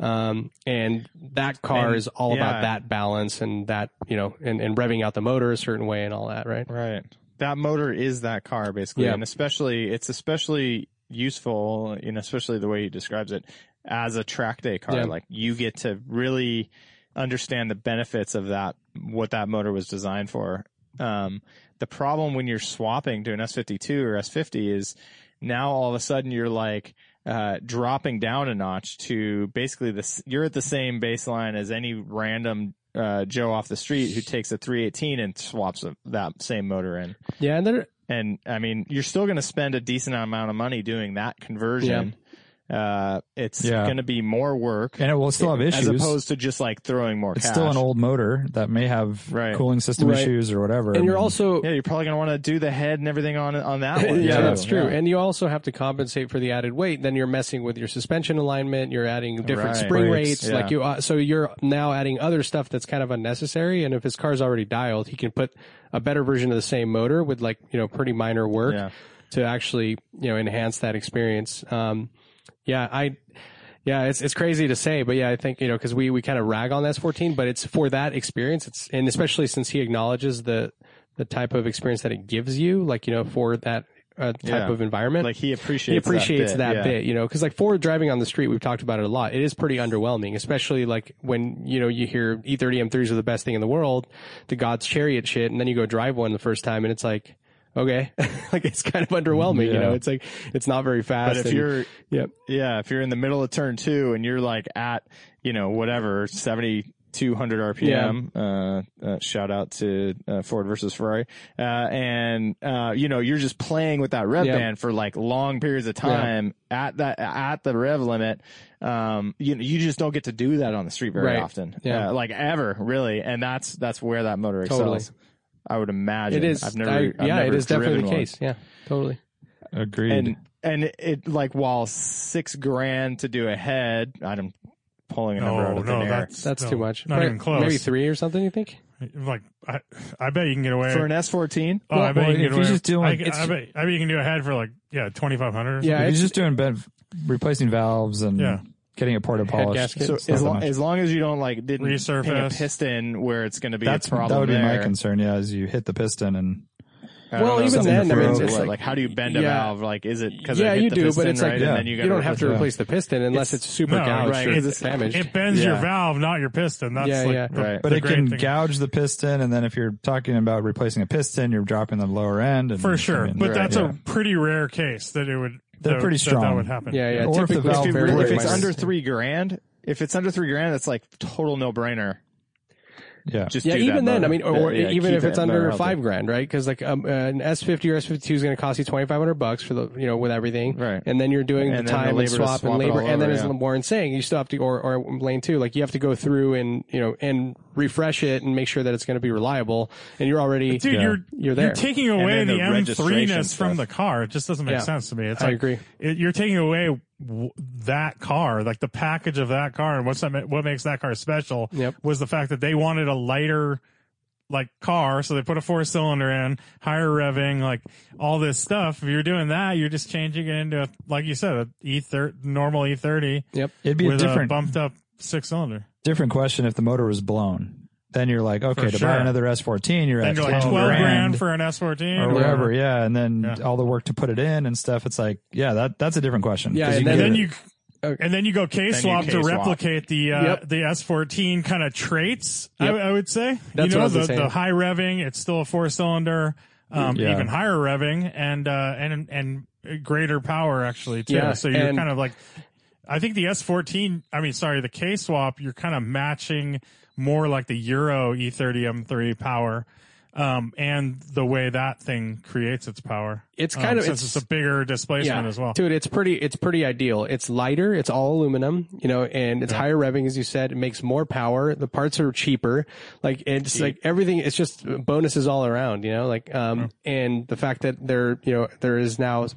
S5: Um, and that car
S2: And-
S5: is all
S2: yeah.
S5: about that balance and that you know, and, and revving out the motor a certain way and all that, right?
S2: Right. That motor is that car basically,
S5: Yeah.
S2: and especially it's especially useful, you know, especially the way he describes it as a track day car.
S5: Yeah.
S2: Like you get to really understand the benefits of that, what that motor was designed for. Um, the problem when you're swapping to an S52 or S50 is now all of a sudden you're like uh, dropping down a notch to basically this. You're at the same baseline as any random uh, Joe off the street who takes a 318 and swaps a, that same motor in.
S5: Yeah, and there,
S2: And I mean, you're still going to spend a decent amount of money doing that conversion. Uh, it's
S4: Yeah.
S2: going to be more work
S4: And it will still have issues.
S2: as opposed to just like throwing more.
S4: it's
S2: cash.
S4: still an old motor that may have
S2: Right.
S4: cooling system
S5: Right.
S4: issues or whatever.
S5: and you're
S4: I mean,
S5: also
S2: Yeah, you're probably going to want to do the head and everything on on that one.
S5: yeah,
S2: too.
S5: that's true.
S2: Yeah.
S5: And you also have to compensate for the added weight. Then you're messing with your suspension alignment. You're adding different
S2: Right.
S5: spring
S4: Brakes,
S5: rates.
S2: yeah.
S5: Like you, uh, so you're now adding other stuff that's kind of unnecessary. And if his car's already dialed, he can put a better version of the same motor with like you know pretty minor work
S2: Yeah.
S5: to actually you know enhance that experience. Um, yeah, I. Yeah, it's it's crazy to say, but yeah, I think you know because we we kind of rag on the S14, but it's for that experience. It's and especially since he acknowledges the the type of experience that it gives you, like you know for that uh, type
S2: Yeah.
S5: of environment.
S2: Like he appreciates
S5: he appreciates that, bit,
S2: yeah.
S5: you know, because like for driving on the street, we've talked about it a lot. It is pretty underwhelming, especially like when you know you hear E E30 M3s are the best thing in the world, the God's chariot shit, and then you go drive one the first time, and it's like, okay, like it's kind of underwhelming, you
S4: Yeah.
S5: know. It's like it's not very fast.
S2: But if
S5: and-
S2: you're
S5: Yep.
S2: yeah, if you're in the middle of turn two and you're like at you know whatever seventy 200 RPM. Uh, uh, shout out to uh, Ford versus Ferrari. Uh, and uh, you know, you're just playing with that rev
S5: Yeah.
S2: band for like long periods of time at that at the rev limit. Um, you know, you just don't get to do that on the street very
S5: Right.
S2: often.
S5: Yeah.
S2: Uh, like ever really. And that's that's where that motor excels.
S5: Totally.
S2: I would imagine.
S5: It is.
S2: I've never.
S5: I-
S2: I've
S5: yeah, it
S2: never
S5: is definitely
S2: driven
S5: the
S2: one.
S5: case. Yeah, totally.
S4: Agreed.
S2: And and it like while six grand to do a head, I'm pulling a number out
S3: No,
S2: of thin
S3: Oh, no,
S2: air.
S3: that's
S5: That's
S3: no,
S5: too much.
S3: Not
S5: Right,
S3: even close.
S5: Maybe three or something. You think?
S3: Like I, I bet you can get away.
S2: for an S14.
S3: oh, I bet
S4: Well,
S3: you can
S4: if
S3: get
S4: you're
S3: away.
S4: just doing-
S3: I, I,
S4: it's-
S3: bet, I bet you can do a head for like yeah twenty five hundred.
S5: Yeah,
S4: if
S5: it's
S4: he's just doing bed, replacing valves and
S3: Yeah.
S4: getting a porta polish.
S5: gasket.
S2: So
S4: it's not
S2: as,
S4: that
S2: lo-
S4: much.
S2: as long as you don't like didn't
S3: Resurface.
S2: ping a piston where it's going to be
S4: That's
S2: a
S4: that
S2: problem.
S4: would be my
S2: there.
S4: concern. Yeah, as you hit the piston and
S2: I don't
S5: Well,
S2: know,
S5: even
S2: something
S5: then,
S4: I mean,
S2: broke
S4: it's
S2: or
S5: like-
S2: like, how do you bend a
S5: yeah.
S2: valve? Like, is it because
S5: Yeah,
S2: I hit
S5: you
S2: the
S5: do, but
S2: piston,
S5: it's like-
S2: right?
S4: Yeah.
S2: and then you,
S5: you,
S2: gotta
S5: don't have to
S2: replace
S5: replace the piston unless it's, super
S3: no,
S5: gouged
S2: right,
S5: or
S2: it's-
S5: it's damaged.
S3: It bends your
S2: Yeah.
S3: valve, not your piston. That's
S5: Yeah,
S3: like
S5: yeah.
S3: The,
S2: Right.
S4: but
S3: the
S4: it
S3: great
S4: can
S3: thing.
S4: gouge the piston, and then if you're talking about replacing a piston, you're dropping the lower end. And, I
S3: for sure.
S4: mean,
S3: but
S2: right,
S3: that's
S4: yeah.
S3: a pretty rare case that it would.
S4: They're
S3: that,
S4: pretty
S3: that That
S4: strong.
S3: would happen.
S5: yeah, yeah.
S4: Or if the
S5: typically-
S2: If,
S4: valve
S2: you
S4: Valve
S2: really- if
S4: breaks.
S2: it's under three grand, if it's under three grand, that's like total no brainer.
S4: yeah.
S2: Just
S5: yeah,
S2: do
S5: even
S2: that
S5: then, I
S2: motor.
S5: mean, or, or
S2: Yeah, yeah,
S5: even
S2: keep
S5: if
S2: it
S5: it's under
S2: motor
S5: five grand, right? Because like um, uh, an S fifty or S fifty two is going to cost you twenty five hundred bucks for the you know with everything,
S2: Right.
S5: And then you're doing
S2: And
S5: the
S2: then the
S5: time
S2: labor
S5: and
S2: to
S5: swap,
S2: swap it
S5: and labor,
S2: all
S5: and then
S2: over,
S5: as
S2: yeah.
S5: Warren's saying, you still have to or or lane two, like you have to go through and you know and refresh it and make sure that it's going to be reliable, and you're already
S3: Dude, you're
S5: you're there.
S3: taking away
S2: then
S3: the,
S2: the
S3: M3
S2: registration
S3: ness from
S2: stuff.
S3: the car. It just doesn't make
S5: Yeah.
S3: sense to me. It's
S5: I
S3: like,
S5: agree.
S3: It, you're taking away w- that car, like the package of that car, and what's that? ma- What makes that car special
S5: Yep.
S3: was the fact that they wanted a lighter, like car, so they put a four cylinder in, higher revving, like all this stuff. If you're doing that, you're just changing it into, a, like you said, a E30, normal E30
S4: It'd be a
S3: with a
S4: different
S3: bumped up six cylinder.
S4: different question if the motor was blown. Then you're like, okay,
S3: For
S4: to
S3: sure.
S4: buy another S14, you're
S3: Then
S4: at
S3: you're
S4: 12,
S3: like twelve grand,
S4: grand
S3: for an S14
S4: or whatever. Yeah, and then
S3: Yeah.
S4: all the work to put it in and stuff. It's like, yeah, that that's a different question.
S5: Yeah,
S4: 'Cause
S5: and
S4: can
S3: and
S4: get
S3: then
S4: it.
S3: you
S5: Okay.
S3: and then you go K swap to
S2: K-swap.
S3: replicate the uh,
S5: Yep.
S3: the S14 kind of traits.
S5: Yep.
S3: I, I would say
S5: That's
S3: you know
S5: what I was
S3: the,
S5: gonna say.
S3: the high revving. It's still a four cylinder, um,
S4: Yeah.
S3: even higher revving, and uh, and and greater power actually too.
S5: Yeah,
S3: So you're
S5: and-
S3: kind of like, I think the S14. I mean, sorry, the K swap. You're kind of matching more like the Euro E E30 M3 power. Um, and the way that thing creates its power.
S5: It's
S3: Um,
S5: kind of-
S3: since it's,
S5: it's-
S3: a bigger displacement as well.
S5: Dude, it's pretty it's pretty ideal. It's lighter, it's all aluminum, you know, and it's higher revving as you said, it makes more power, the parts are cheaper. Like it's like everything it's just bonuses all around, you know, like um and the fact that there you know there is now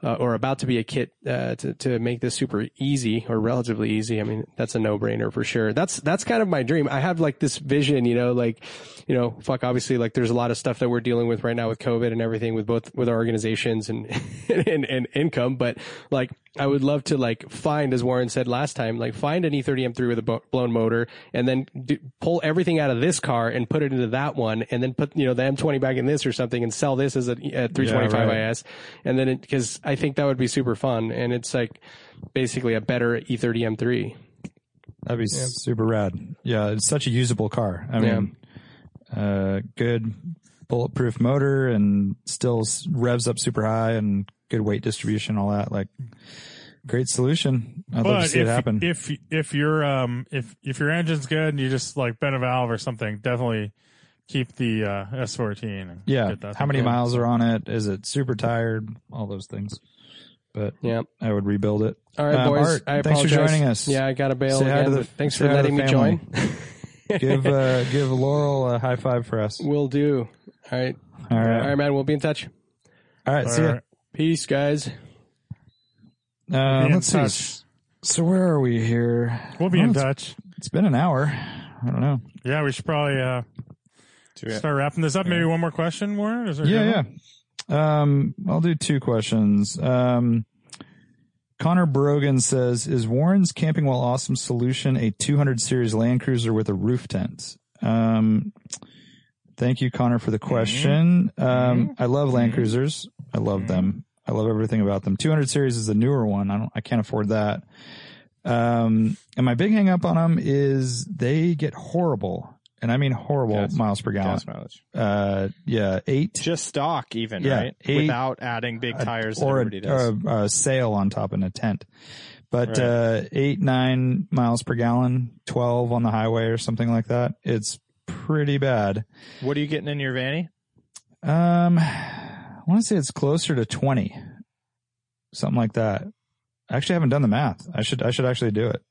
S5: uh, or about to be a kit uh, to to make this super easy or relatively easy. I mean, that's a no brainer for sure. That's that's kind of my dream. I have like this vision, you know, like you know, fuck. Obviously, like there's a lot of stuff that we're dealing with right now with COVID and everything with both with our organizations and and, and income. But like, I would love to like find, as Warren said last time, like find an E E30M3 with a bo- blown motor and then do, pull everything out of this car and put it into that one, and then put you know the M20 back in this or something and sell this as a, a 325
S4: Yeah, right.
S5: IS, and then because I think that would be super fun, and it's like basically a better E E30 M3.
S4: That'd be super rad. Yeah, it's such a usable car. I mean, uh, good bulletproof motor and still s- revs up super high and good weight distribution, all that. Like, great solution. I'd love to see
S3: if,
S4: it happen.
S3: If if your um if if your engine's good and you just like bent a valve or something, definitely keep the uh, S14. And
S4: yeah.
S3: get that
S4: How
S3: thing
S4: many
S3: going.
S4: miles are on it? Is it super tired? All those things. But
S5: Yeah.
S4: I would rebuild it.
S5: All right,
S4: Um,
S5: boys.
S4: Art,
S5: I
S4: thanks for
S5: apologize.
S4: joining us.
S5: Yeah, I got to bail
S4: Say hi
S5: again.
S4: to the-
S5: but thanks
S4: say
S5: for
S4: hi to
S5: letting
S4: the
S5: me
S4: family.
S5: join.
S4: Give uh, give Laurel a high five for us. All
S5: Will do. All right. All
S4: right.
S5: right, man. We'll be in touch.
S4: All right. See
S3: All
S4: ya.
S3: right.
S5: Peace, guys.
S4: Uh,
S3: Be in
S4: let's see.
S3: touch.
S4: So where are we here?
S3: We'll be
S4: Oh,
S3: in
S4: it's-
S3: touch.
S4: It's been an hour. I don't know.
S3: Yeah, we should probably uh,
S2: valve.
S3: start wrapping this up. Maybe one more question, Warren. Is there a good one?
S4: Yeah, yeah. Um, I'll do two questions. Um, Connor Brogan says, "Is Warren's camping while awesome solution a 200 series Land Cruiser with a roof tent?" Um, thank you, Connor, for the question. Um, I love Land Cruisers. I love them. I love everything about them. 200 series is the newer one. I don't. I can't afford that. Um, and my big hang up on them is they get horrible, and I mean horrible
S2: Gas-
S4: miles per gallon.
S2: Gas mileage.
S4: Uh, yeah, eight
S2: Just stock, even
S4: Yeah,
S2: right,
S4: eight-
S2: without adding big tires. that
S4: or
S2: everybody
S4: a,
S2: does.
S4: or a, a sail on top in a tent. But
S2: Right.
S4: uh, eight, nine miles per gallon, 12 on the highway or something like that. It's pretty bad.
S2: What are you getting in your vanny?
S4: Um, I want to say it's closer to 20, something like that. I actually haven't done the math. I should, I should actually do it.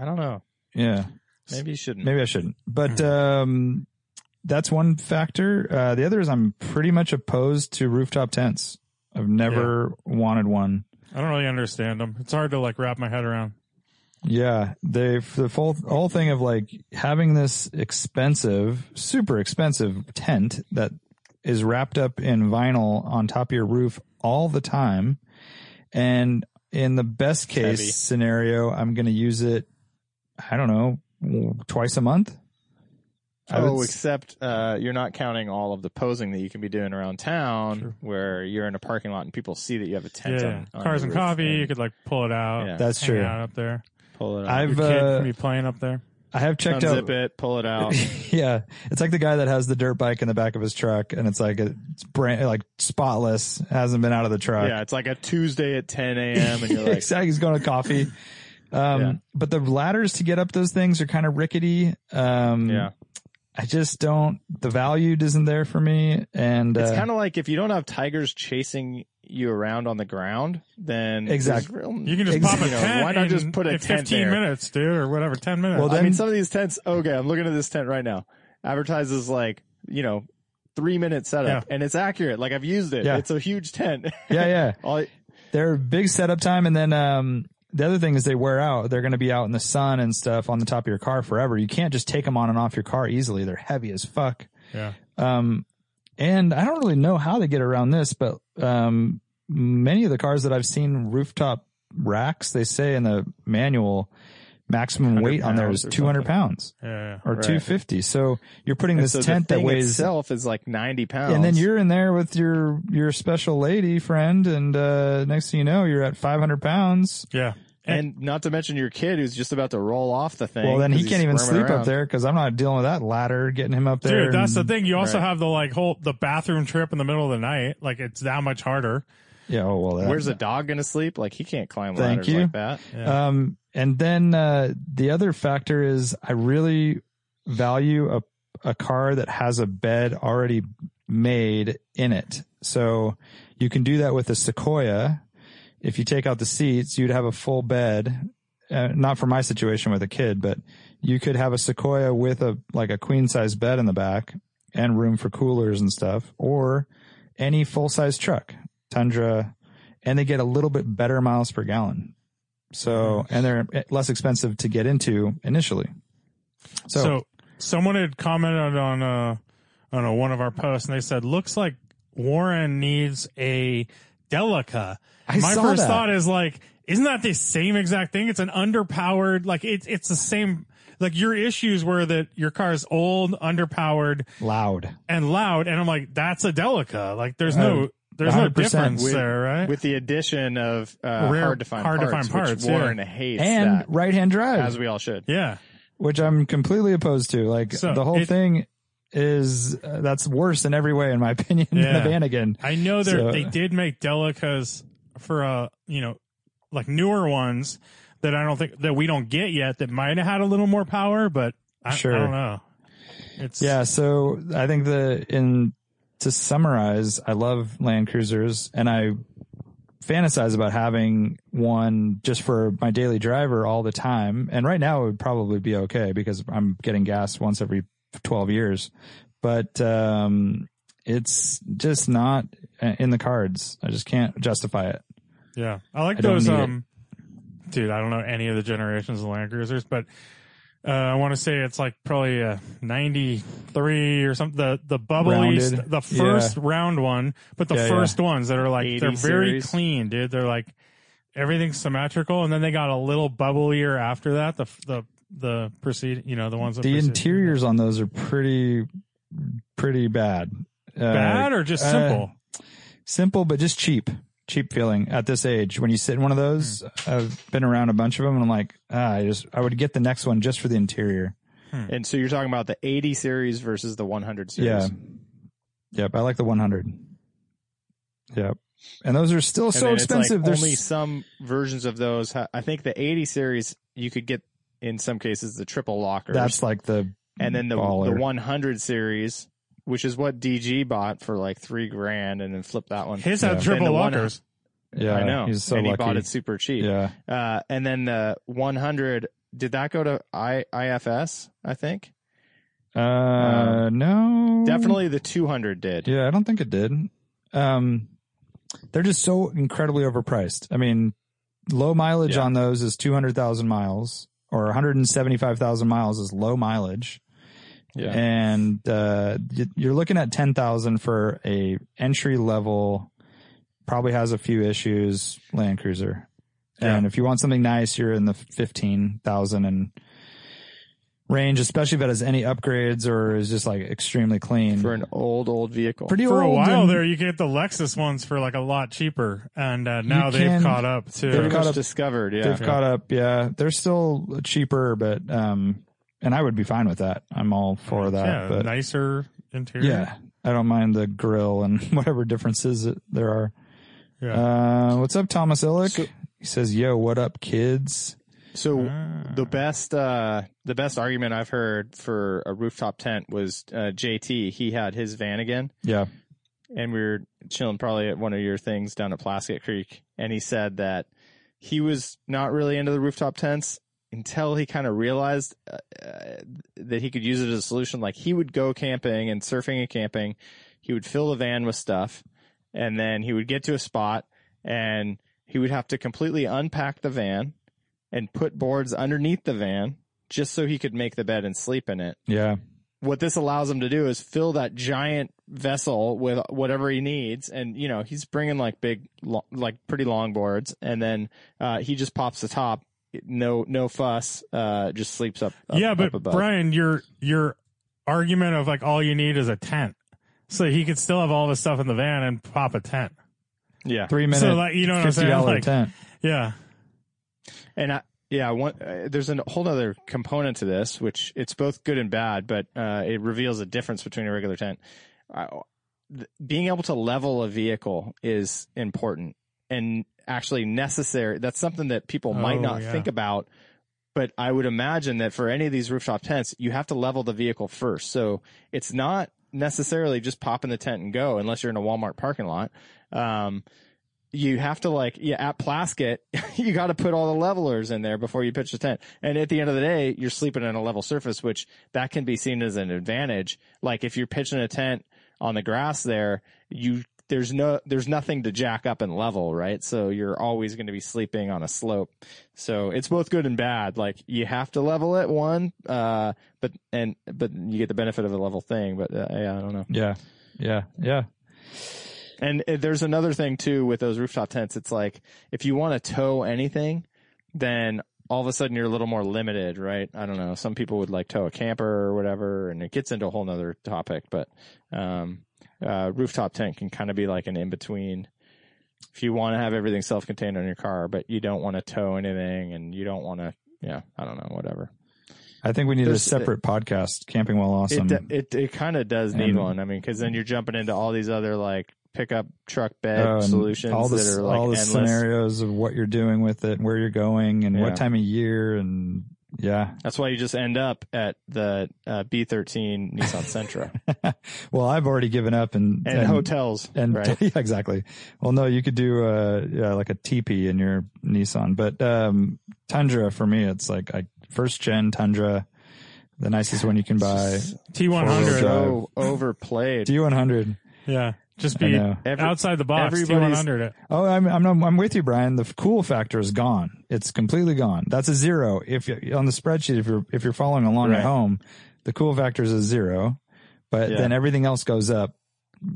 S2: I don't know.
S4: Yeah.
S2: Maybe you shouldn't.
S4: Maybe I shouldn't.
S2: Mm-hmm.
S4: But um, that's one factor. Uh, the other is I'm pretty much opposed to rooftop tents. I've never wanted one.
S3: I don't really understand them. It's hard to like wrap my head around.
S4: Yeah, they the full whole thing of like having this expensive, super expensive tent that is wrapped up in vinyl on top of your roof all the time, and in the best case
S2: heavy.
S4: scenario, I'm going to use it. I don't know, twice a month. I would
S2: Oh,
S4: s-
S2: except uh, you're not counting all of the posing that you can be doing around town, where you're in a parking lot and people see that you have a tent.
S3: Yeah,
S2: on, on
S3: cars
S2: your
S3: and
S2: roof
S3: coffee. You could like pull it out.
S2: Yeah.
S4: that's
S3: hang
S4: true.
S3: out up there.
S2: pull it out,
S3: Your
S4: I've
S3: kid
S4: uh,
S3: can be playing up there.
S4: I have checked out.
S2: unzip it, pull it out.
S4: yeah, it's like the guy that has the dirt bike in the back of his truck, and it's like it's brand like spotless, hasn't been out of the truck.
S2: yeah, it's like a Tuesday at 10 a.m. and you're like,
S4: exactly. He's going to coffee. Um,
S2: Yeah.
S4: but the ladders to get up those things are kind of rickety. Um,
S2: yeah.
S4: I just don't, the value isn't there for me. And,
S2: It's
S4: uh,
S2: kind of like if you don't have tigers chasing you around on the ground, then there's
S4: Exactly.
S2: real-
S3: You can just
S4: Ex-
S3: pop a
S2: you know,
S3: tent.
S2: why not
S3: in-
S2: just put a
S3: in
S2: tent
S3: Fifteen
S2: there?
S3: minutes, dude, or whatever. Ten minutes.
S4: Well,
S2: I mean,
S4: then-
S2: some of these tents. Okay, I'm looking at this tent right now. Advertises like you know three minute setup, and it's accurate. Like I've used it.
S4: Yeah.
S2: It's a huge tent.
S4: yeah, yeah.
S2: All,
S4: They're big setup time. And then, um, the other thing is they wear out. They're going to be out in the sun and stuff on the top of your car forever. You can't just take them on and off your car easily. They're heavy as fuck.
S3: yeah.
S4: Um, and I don't really know how they get around this, but um, many of the cars that I've seen rooftop racks, they say in the manual, maximum
S2: 100
S4: weight on there
S2: pounds
S4: is
S2: or
S4: 200
S2: something.
S4: pounds
S3: Yeah, yeah.
S4: or
S2: Right.
S4: 250. So you're putting
S2: and
S4: this
S2: so the
S4: tent that
S2: thing
S4: weighs,
S2: itself is like 90 pounds,
S4: and then you're in there with your your special lady friend, and uh, next thing you know, you're at 500 pounds.
S3: yeah.
S2: and not to mention your kid who's just about to roll off the thing.
S4: Well, then
S2: 'cause
S4: he
S2: he's
S4: can't even
S2: squirming
S4: sleep
S2: around.
S4: up there because I'm not dealing with that ladder getting him up there.
S3: Dude, that's the
S4: and-
S3: thing. You also
S2: Right.
S3: have the like whole the bathroom trip in the middle of the night. Like it's that much harder.
S4: Yeah. Oh well. That,
S2: Where's the dog gonna sleep? Like he can't climb
S4: Thank
S2: ladders
S4: you.
S2: like that.
S3: Yeah.
S4: Um, and then uh, the other factor is I really value a a car that has a bed already made in it. So you can do that with a Sequoia. If you take out the seats, you'd have a full bed. Uh, not for my situation with a kid, but you could have a Sequoia with a like a queen size bed in the back and room for coolers and stuff, or any full size truck, Tundra, and they get a little bit better miles per gallon. So, and they're eh, less expensive to get into initially.
S3: so, someone had commented on uh on a, one of our posts, and they said, "Looks like Warren needs a Delica."
S4: I
S3: My
S4: saw
S3: first
S4: that.
S3: thought is like, isn't that the same exact thing? It's an underpowered, like it's it's the same. Like your issues were that your car is old, underpowered,
S4: loud.
S3: and loud, and I'm like, that's a Delica. Like there's no
S4: Uh,
S3: there's no
S4: 100%
S3: difference
S2: with-
S3: there, right?
S2: With the addition of uh,
S3: Rare-
S2: hard to find
S3: hard to
S2: parts,
S3: find parts,
S2: which
S3: yeah.
S2: Warren hates
S4: and
S2: that,
S4: right hand drive,
S2: as we all should.
S3: yeah,
S4: which I'm completely opposed to. Like
S3: So,
S4: the whole
S3: it-
S4: thing is uh, that's worse in every way, in my opinion, than
S3: Yeah.
S4: a Vanagon.
S3: I know they
S4: So-
S3: they did make Delicas for uh you know like newer ones that I don't think that we don't get yet that might have had a little more power, but I,
S4: Sure.
S3: I don't know. It's
S4: Yeah. So I think the, in, to summarize, I love Land Cruisers and I fantasize about having one just for my daily driver all the time. And right now it would probably be okay because I'm getting gas once every 12 years, but, um, it's just not uh, in the cards. I just can't justify it.
S3: Yeah, I like
S4: I don't
S3: those.
S4: need it.
S3: Um, dude, I don't know any of the generations of Land Cruisers, but uh, I want to say it's like probably a '93 or something. The the bubbly,
S4: Rounded.
S3: st- the
S4: Yeah.
S3: first round one, but the
S4: Yeah, yeah.
S3: first ones that are like
S2: 80
S3: they're very
S2: series.
S3: clean, dude. They're like everything's symmetrical, and then they got a little bubblier after that. The f- the the precede, you know, the ones that
S4: The
S3: precede-
S4: interiors on those are pretty, pretty bad. Uh,
S3: bad or just
S4: uh,
S3: simple.
S4: simple but just cheap cheap feeling at this age when you sit in one of those
S2: Hmm.
S4: i've been around a bunch of them and i'm like ah, i just i would get the next one just for the interior
S2: And so you're talking about the 80 series versus the 100 series.
S4: yeah yep i like the 100 yep And those are still
S2: And
S4: so
S2: then it's, like,
S4: expensive. There's
S2: only some versions of those. ha- I think the 80 series you could get in some cases the triple lockers.
S4: that's like the
S2: and then the the
S4: baller.
S2: 100 series, which is what DG bought for like three grand, and then flipped that one.
S3: His
S4: Yeah.
S3: had
S4: And
S3: triple
S2: the one-
S3: lockers.
S4: Yeah,
S2: I know.
S4: He's so
S2: and he
S4: lucky.
S2: bought it super cheap.
S4: yeah,
S2: Uh, and then the 100 did that go to I, IFS? I think
S4: uh, no,
S2: Um, definitely the 200 did.
S4: Yeah, I don't think it did. Um, they're just so incredibly overpriced. I mean, low mileage
S2: Yeah.
S4: on those is 200,000 miles or 175,000 miles is low mileage.
S2: Yeah.
S4: And, uh, y- you're looking at 10,000 for a entry level, probably has a few issues Land Cruiser. And if you want something nice, you're in the 15,000 and range, especially if it has any upgrades or is just like extremely clean.
S2: For an old old vehicle,
S4: Pretty
S3: For a
S4: old
S3: while
S4: and-
S3: there, you could get the Lexus ones for like a lot cheaper, and uh, now they've
S4: can-
S3: caught up
S2: pretty
S3: too.
S4: they've caught
S2: much
S4: up-
S2: discovered. Yeah,
S4: They've caught up. Yeah, they're still cheaper, but um, and I would be fine with that. I'm all for that.
S3: yeah,
S4: but
S3: nicer interior.
S4: yeah, I don't mind the grill and whatever differences that there are.
S3: Yeah.
S4: Uh, what's up, Thomas Illick?
S2: So-
S4: he says, "Yo, what up, kids?"
S2: So
S3: Ah.
S2: the best uh the best argument I've heard for a rooftop tent was uh, JT. He had his van again,
S4: Yeah,
S2: and we were chilling probably at one of your things down at Plaskett Creek, and he said that he was not really into the rooftop tents until he kind of realized uh, uh, that he could use it as a solution. Like he would go camping and surfing and camping, he would fill the van with stuff, and then he would get to a spot and he would have to completely unpack the van and put boards underneath the van just so he could make the bed and sleep in it
S4: yeah,
S2: what this allows him to do is fill that giant vessel with whatever he needs and you know he's bringing like big lo- like pretty long boards and then uh he just pops the top no no fuss uh just sleeps up, up
S3: yeah,
S2: up
S3: but
S2: above.
S3: Brian, your your argument of like all you need is a tent, so he could still have all this stuff in the van and pop a tent.
S2: yeah
S4: three minutes.
S3: So like you know what I'm
S4: fifty
S3: saying?
S4: dollar
S3: Like,
S4: tent.
S3: yeah,
S2: And I, yeah, one, uh, there's a whole other component to this, which it's both good and bad, but uh, it reveals a difference between a regular tent. I, th- being able to level a vehicle is important and actually necessary. That's something that people might
S3: Oh,
S2: not
S3: yeah.
S2: think about. But I would imagine that for any of these rooftop tents, you have to level the vehicle first. So it's not necessarily just pop in the tent and go unless you're in a Walmart parking lot. Um, you have to like yeah at Plaskett you got to put all the levelers in there before you pitch the tent and at the end of the day you're sleeping on a level surface which that can be seen as an advantage like if you're pitching a tent on the grass there you there's no there's nothing to jack up and level right so you're always going to be sleeping on a slope so it's both good and bad like you have to level it one uh but and but you get the benefit of a level thing but uh, yeah I don't know
S4: Yeah, yeah, yeah.
S2: and uh, there's another thing too with those rooftop tents. It's like if you want to tow anything, then all of a sudden you're a little more limited, right? I don't know. Some people would like tow a camper or whatever, and it gets into a whole nother topic. But um, uh, rooftop tent can kind of be like an in between. If you want to have everything self-contained on your car, but you don't want to tow anything, and you don't want to, yeah, I don't know, whatever.
S4: I think we need a
S2: There's-
S4: separate podcast. Camping while awesome.
S2: uh, It do- it it kind of does need
S4: And-
S2: one. I mean, because then you're jumping into all these other like pickup truck bed
S4: Oh, and
S2: solutions
S4: all the,
S2: that are like
S4: all the
S2: endless.
S4: scenarios of what you're doing with it, and where you're going, and
S2: Yeah.
S4: what time of year, and yeah,
S2: That's why you just end up at the uh, B13 Nissan Sentra
S4: well, I've already given up and
S2: and, hotels,
S4: and
S2: right?
S4: yeah, exactly. Well, no, you could do uh yeah, like a teepee in your Nissan, but um Tundra for me, it's like I first gen Tundra, the nicest one you can buy. Four-wheel
S3: T100.
S4: drive.
S2: So overplayed.
S4: D100.
S3: Yeah, just
S4: I
S3: be
S4: know.
S2: Every-
S3: outside the box.
S2: everybody's-
S3: T100. It.
S4: Oh, I'm I'm not- I'm with you, Brian. The f- cool factor is gone. It's completely gone. That's a zero. If you on the spreadsheet, if you're if you're following along
S2: Right.
S4: at home, the cool factor is a zero, but
S2: Yeah.
S4: then everything else goes up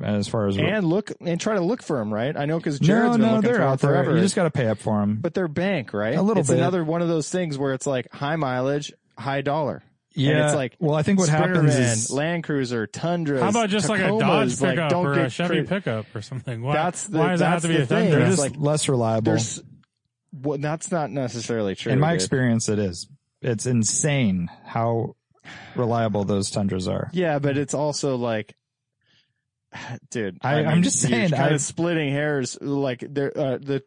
S4: as far as
S2: and look and try to look for them, right? I know because
S4: no,
S2: Jared's been
S4: no,
S2: looking
S4: they're
S2: for 'em
S4: out there.
S2: forever.
S4: You just got to pay up for them.
S2: but they're bank, right?
S4: A little
S2: it's
S4: bit.
S2: another one of those things where it's like high mileage, high dollar.
S4: yeah,
S2: it's like,
S4: well, I think what
S2: Sprinter
S4: happens
S2: van,
S4: is
S2: Land Cruiser, Tundra.
S3: How about just like a Dodge pickup
S2: like, don't
S3: or
S2: get
S3: a Chevy
S2: cra-
S3: pickup or something? Why,
S2: That's the-
S3: why does that have
S2: that's
S3: to be
S2: the
S3: a
S2: thing.
S3: Tundra?
S4: they're just
S2: it's like-
S4: less reliable.
S2: There's, well, that's not necessarily true.
S4: In my
S2: dude.
S4: experience, it is. It's insane how reliable those tundras are.
S2: Yeah, but it's also like dude.
S4: I- I'm just saying,
S2: kind
S4: I-
S2: of splitting hairs. Like they're uh, the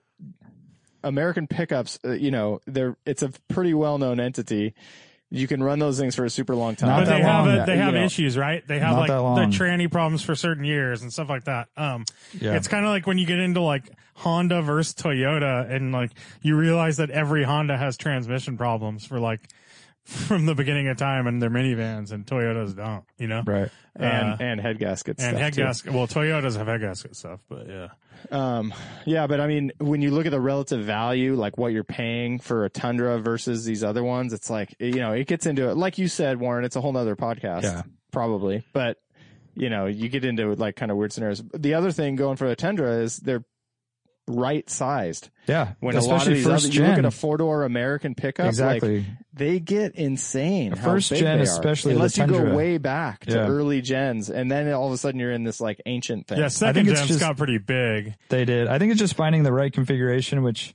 S2: American pickups. Uh, you know, they're it's a pretty well known entity. You can run those things for a super long time.
S4: Not
S3: But
S4: that
S3: they have
S4: long,
S3: a, they
S2: you
S3: have
S2: know.
S3: issues, right? They have
S4: Not
S3: like
S4: that long.
S3: the tranny problems for certain years and stuff like that. Um,
S4: Yeah.
S3: it's kind of like when you get into like Honda versus Toyota, and like you realize that every Honda has transmission problems for like from the beginning of time, and their minivans and Toyotas don't, you know.
S4: Right.
S2: and
S3: Uh,
S2: and head gaskets
S3: and
S2: stuff,
S3: head
S2: too.
S3: gasket. Well, Toyotas have head gasket stuff, but yeah.
S2: Um, yeah, but I mean, when you look at the relative value, like what you're paying for a Tundra versus these other ones, it's like, you know, it gets into it. Like you said, Warren, it's a whole nother podcast,
S4: Yeah.
S2: probably, but you know, you get into like kind of weird scenarios. The other thing going for a Tundra is they're right sized.
S4: Yeah.
S2: When a lot of
S4: Especially
S2: these
S4: first
S2: other, you
S4: gen.
S2: look at a four door American pickup, like
S4: exactly.
S2: they get insane.
S4: The
S2: how
S4: first
S2: big
S4: gen
S2: they are.
S4: especially, the
S2: unless you
S4: Tundra.
S2: go way back to
S4: Yeah.
S2: early gens, and then all of a sudden you're in this like ancient thing.
S3: Yeah,
S4: think
S3: second
S4: it's
S3: gen's
S4: just-
S3: got pretty big.
S4: They did. I think it's just finding the right configuration. Which,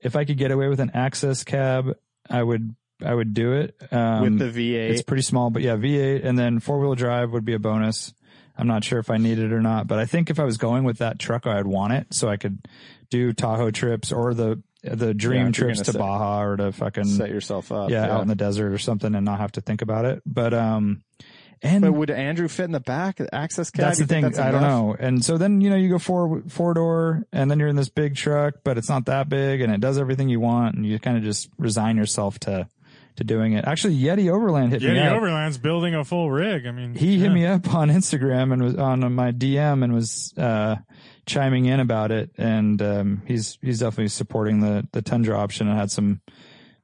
S4: if I could get away with an access cab, I would. I would do it. Um,
S2: With the V8,
S4: it's pretty small, but yeah, V8 and then four wheel drive would be a bonus. I'm not sure if I need it or not, but I think if I was going with that truck, I'd want it so I could do Tahoe trips or the the
S2: Yeah,
S4: dream
S2: if you're
S4: trips
S2: gonna
S4: to
S2: set-
S4: Baja or to fucking
S2: set yourself up.
S4: yeah, out in the desert or something and not have to think about it. But um, and
S2: But would Andrew fit in the back the access cab?
S4: that's the
S2: You think
S4: thing.
S2: that's
S4: I don't
S2: enough?
S4: know. And so then, you know, you go four, four door and then you're in this big truck, but it's not that big and it does everything you want. And you kind of just resign yourself to, to doing it. Actually, Yeti Overland hit me
S3: Yeti
S4: up.
S3: Overland's building a full rig. I mean,
S4: he hit
S3: yeah.
S4: me up on Instagram and was on my DM and was, uh, chiming in about it. And, um, he's, he's definitely supporting the, the Tundra option and had some,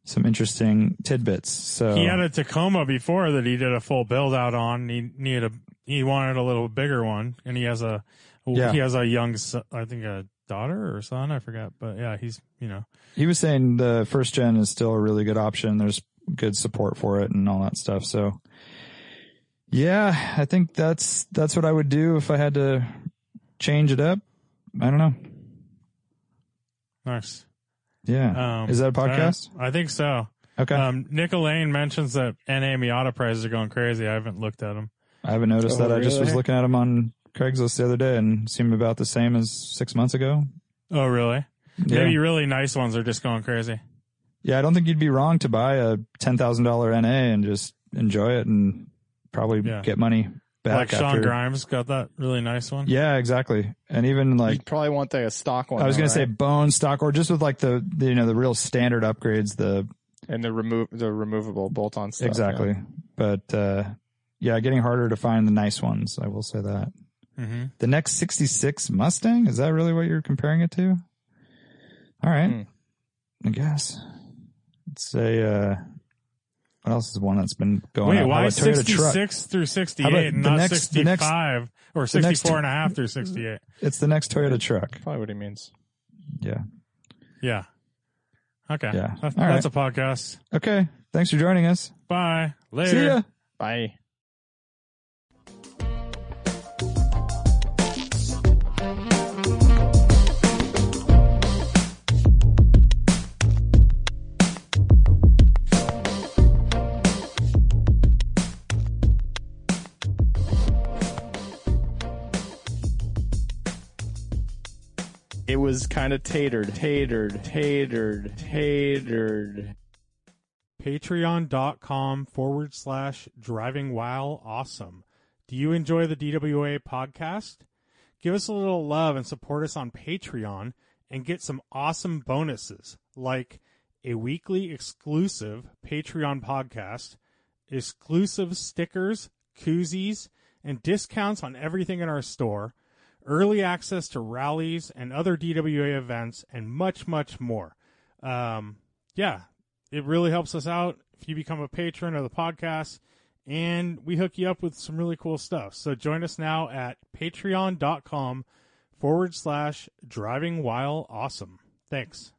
S4: some interesting tidbits. So
S3: He had a Tacoma before that he did a full build out on. He needed a he wanted a little bigger one, and he has a
S4: Yeah.
S3: he has a young son, I think a daughter or son I forgot, but yeah, he's you know
S4: he was saying the first gen is still a really good option. There's good support for it and all that stuff. So yeah, I think that's, that's what I would do if I had to change it up. I don't know.
S3: nice.
S4: Yeah.
S3: Um,
S4: is that a podcast?
S3: all right. I think so.
S4: Okay.
S3: Um, Nick Lane mentions that NA Miata prices are going crazy. I haven't looked at them.
S4: I haven't noticed
S2: Oh,
S4: that. I just was
S2: really?
S4: looking at them on Craigslist the other day and seemed about the same as six months ago.
S3: Oh really?
S4: Yeah.
S3: Maybe really nice ones are just going crazy.
S4: yeah, I don't think you'd be wrong to buy a $10,000 NA and just enjoy it and probably
S3: Yeah.
S4: get money
S3: like
S4: back.
S3: Sean
S4: after.
S3: Grimes got that really nice one.
S4: Yeah, exactly. And even like,
S2: You'd probably want the stock one.
S4: I was
S2: though,
S4: going to say
S2: right?
S4: bone stock or just with like the, the, you know, the real standard upgrades, the
S2: and the remove the removable bolt on stuff.
S4: exactly. But, uh, yeah, getting harder to find the nice ones. I will say that.
S3: Mm-hmm.
S4: The next 66 Mustang? Is that really what you're comparing it to? All right.
S3: Hmm.
S4: I guess. Let's say, uh, what else is one that's been going
S3: Wait,
S4: up? How
S3: why
S4: about Toyota truck?
S3: 66 through
S4: How
S3: 68
S4: about
S3: and
S4: the
S3: not
S4: next- the next-
S3: 65 or
S4: the next-
S3: 64 and a half through 68?
S4: It's the next Toyota truck.
S2: Probably what he means.
S4: Yeah.
S3: Yeah. Okay.
S4: Yeah.
S3: That's,
S4: All
S3: that's a podcast.
S4: Okay. Thanks for joining us.
S3: Bye. Later.
S4: See ya.
S2: Bye. It was kind of tatered, tatered, tatered, tatered.
S3: Patreon.com forward slash driving while awesome. Do you enjoy the DWA podcast? Give us a little love and support us on Patreon and get some awesome bonuses like a weekly exclusive Patreon podcast, exclusive stickers, koozies, and discounts on everything in our store, early access to rallies and other DWA events, and much, much more. Um, yeah, it really helps us out if you become a patron of the podcast and we hook you up with some really cool stuff so join us now at patreon.com forward slash driving while awesome thanks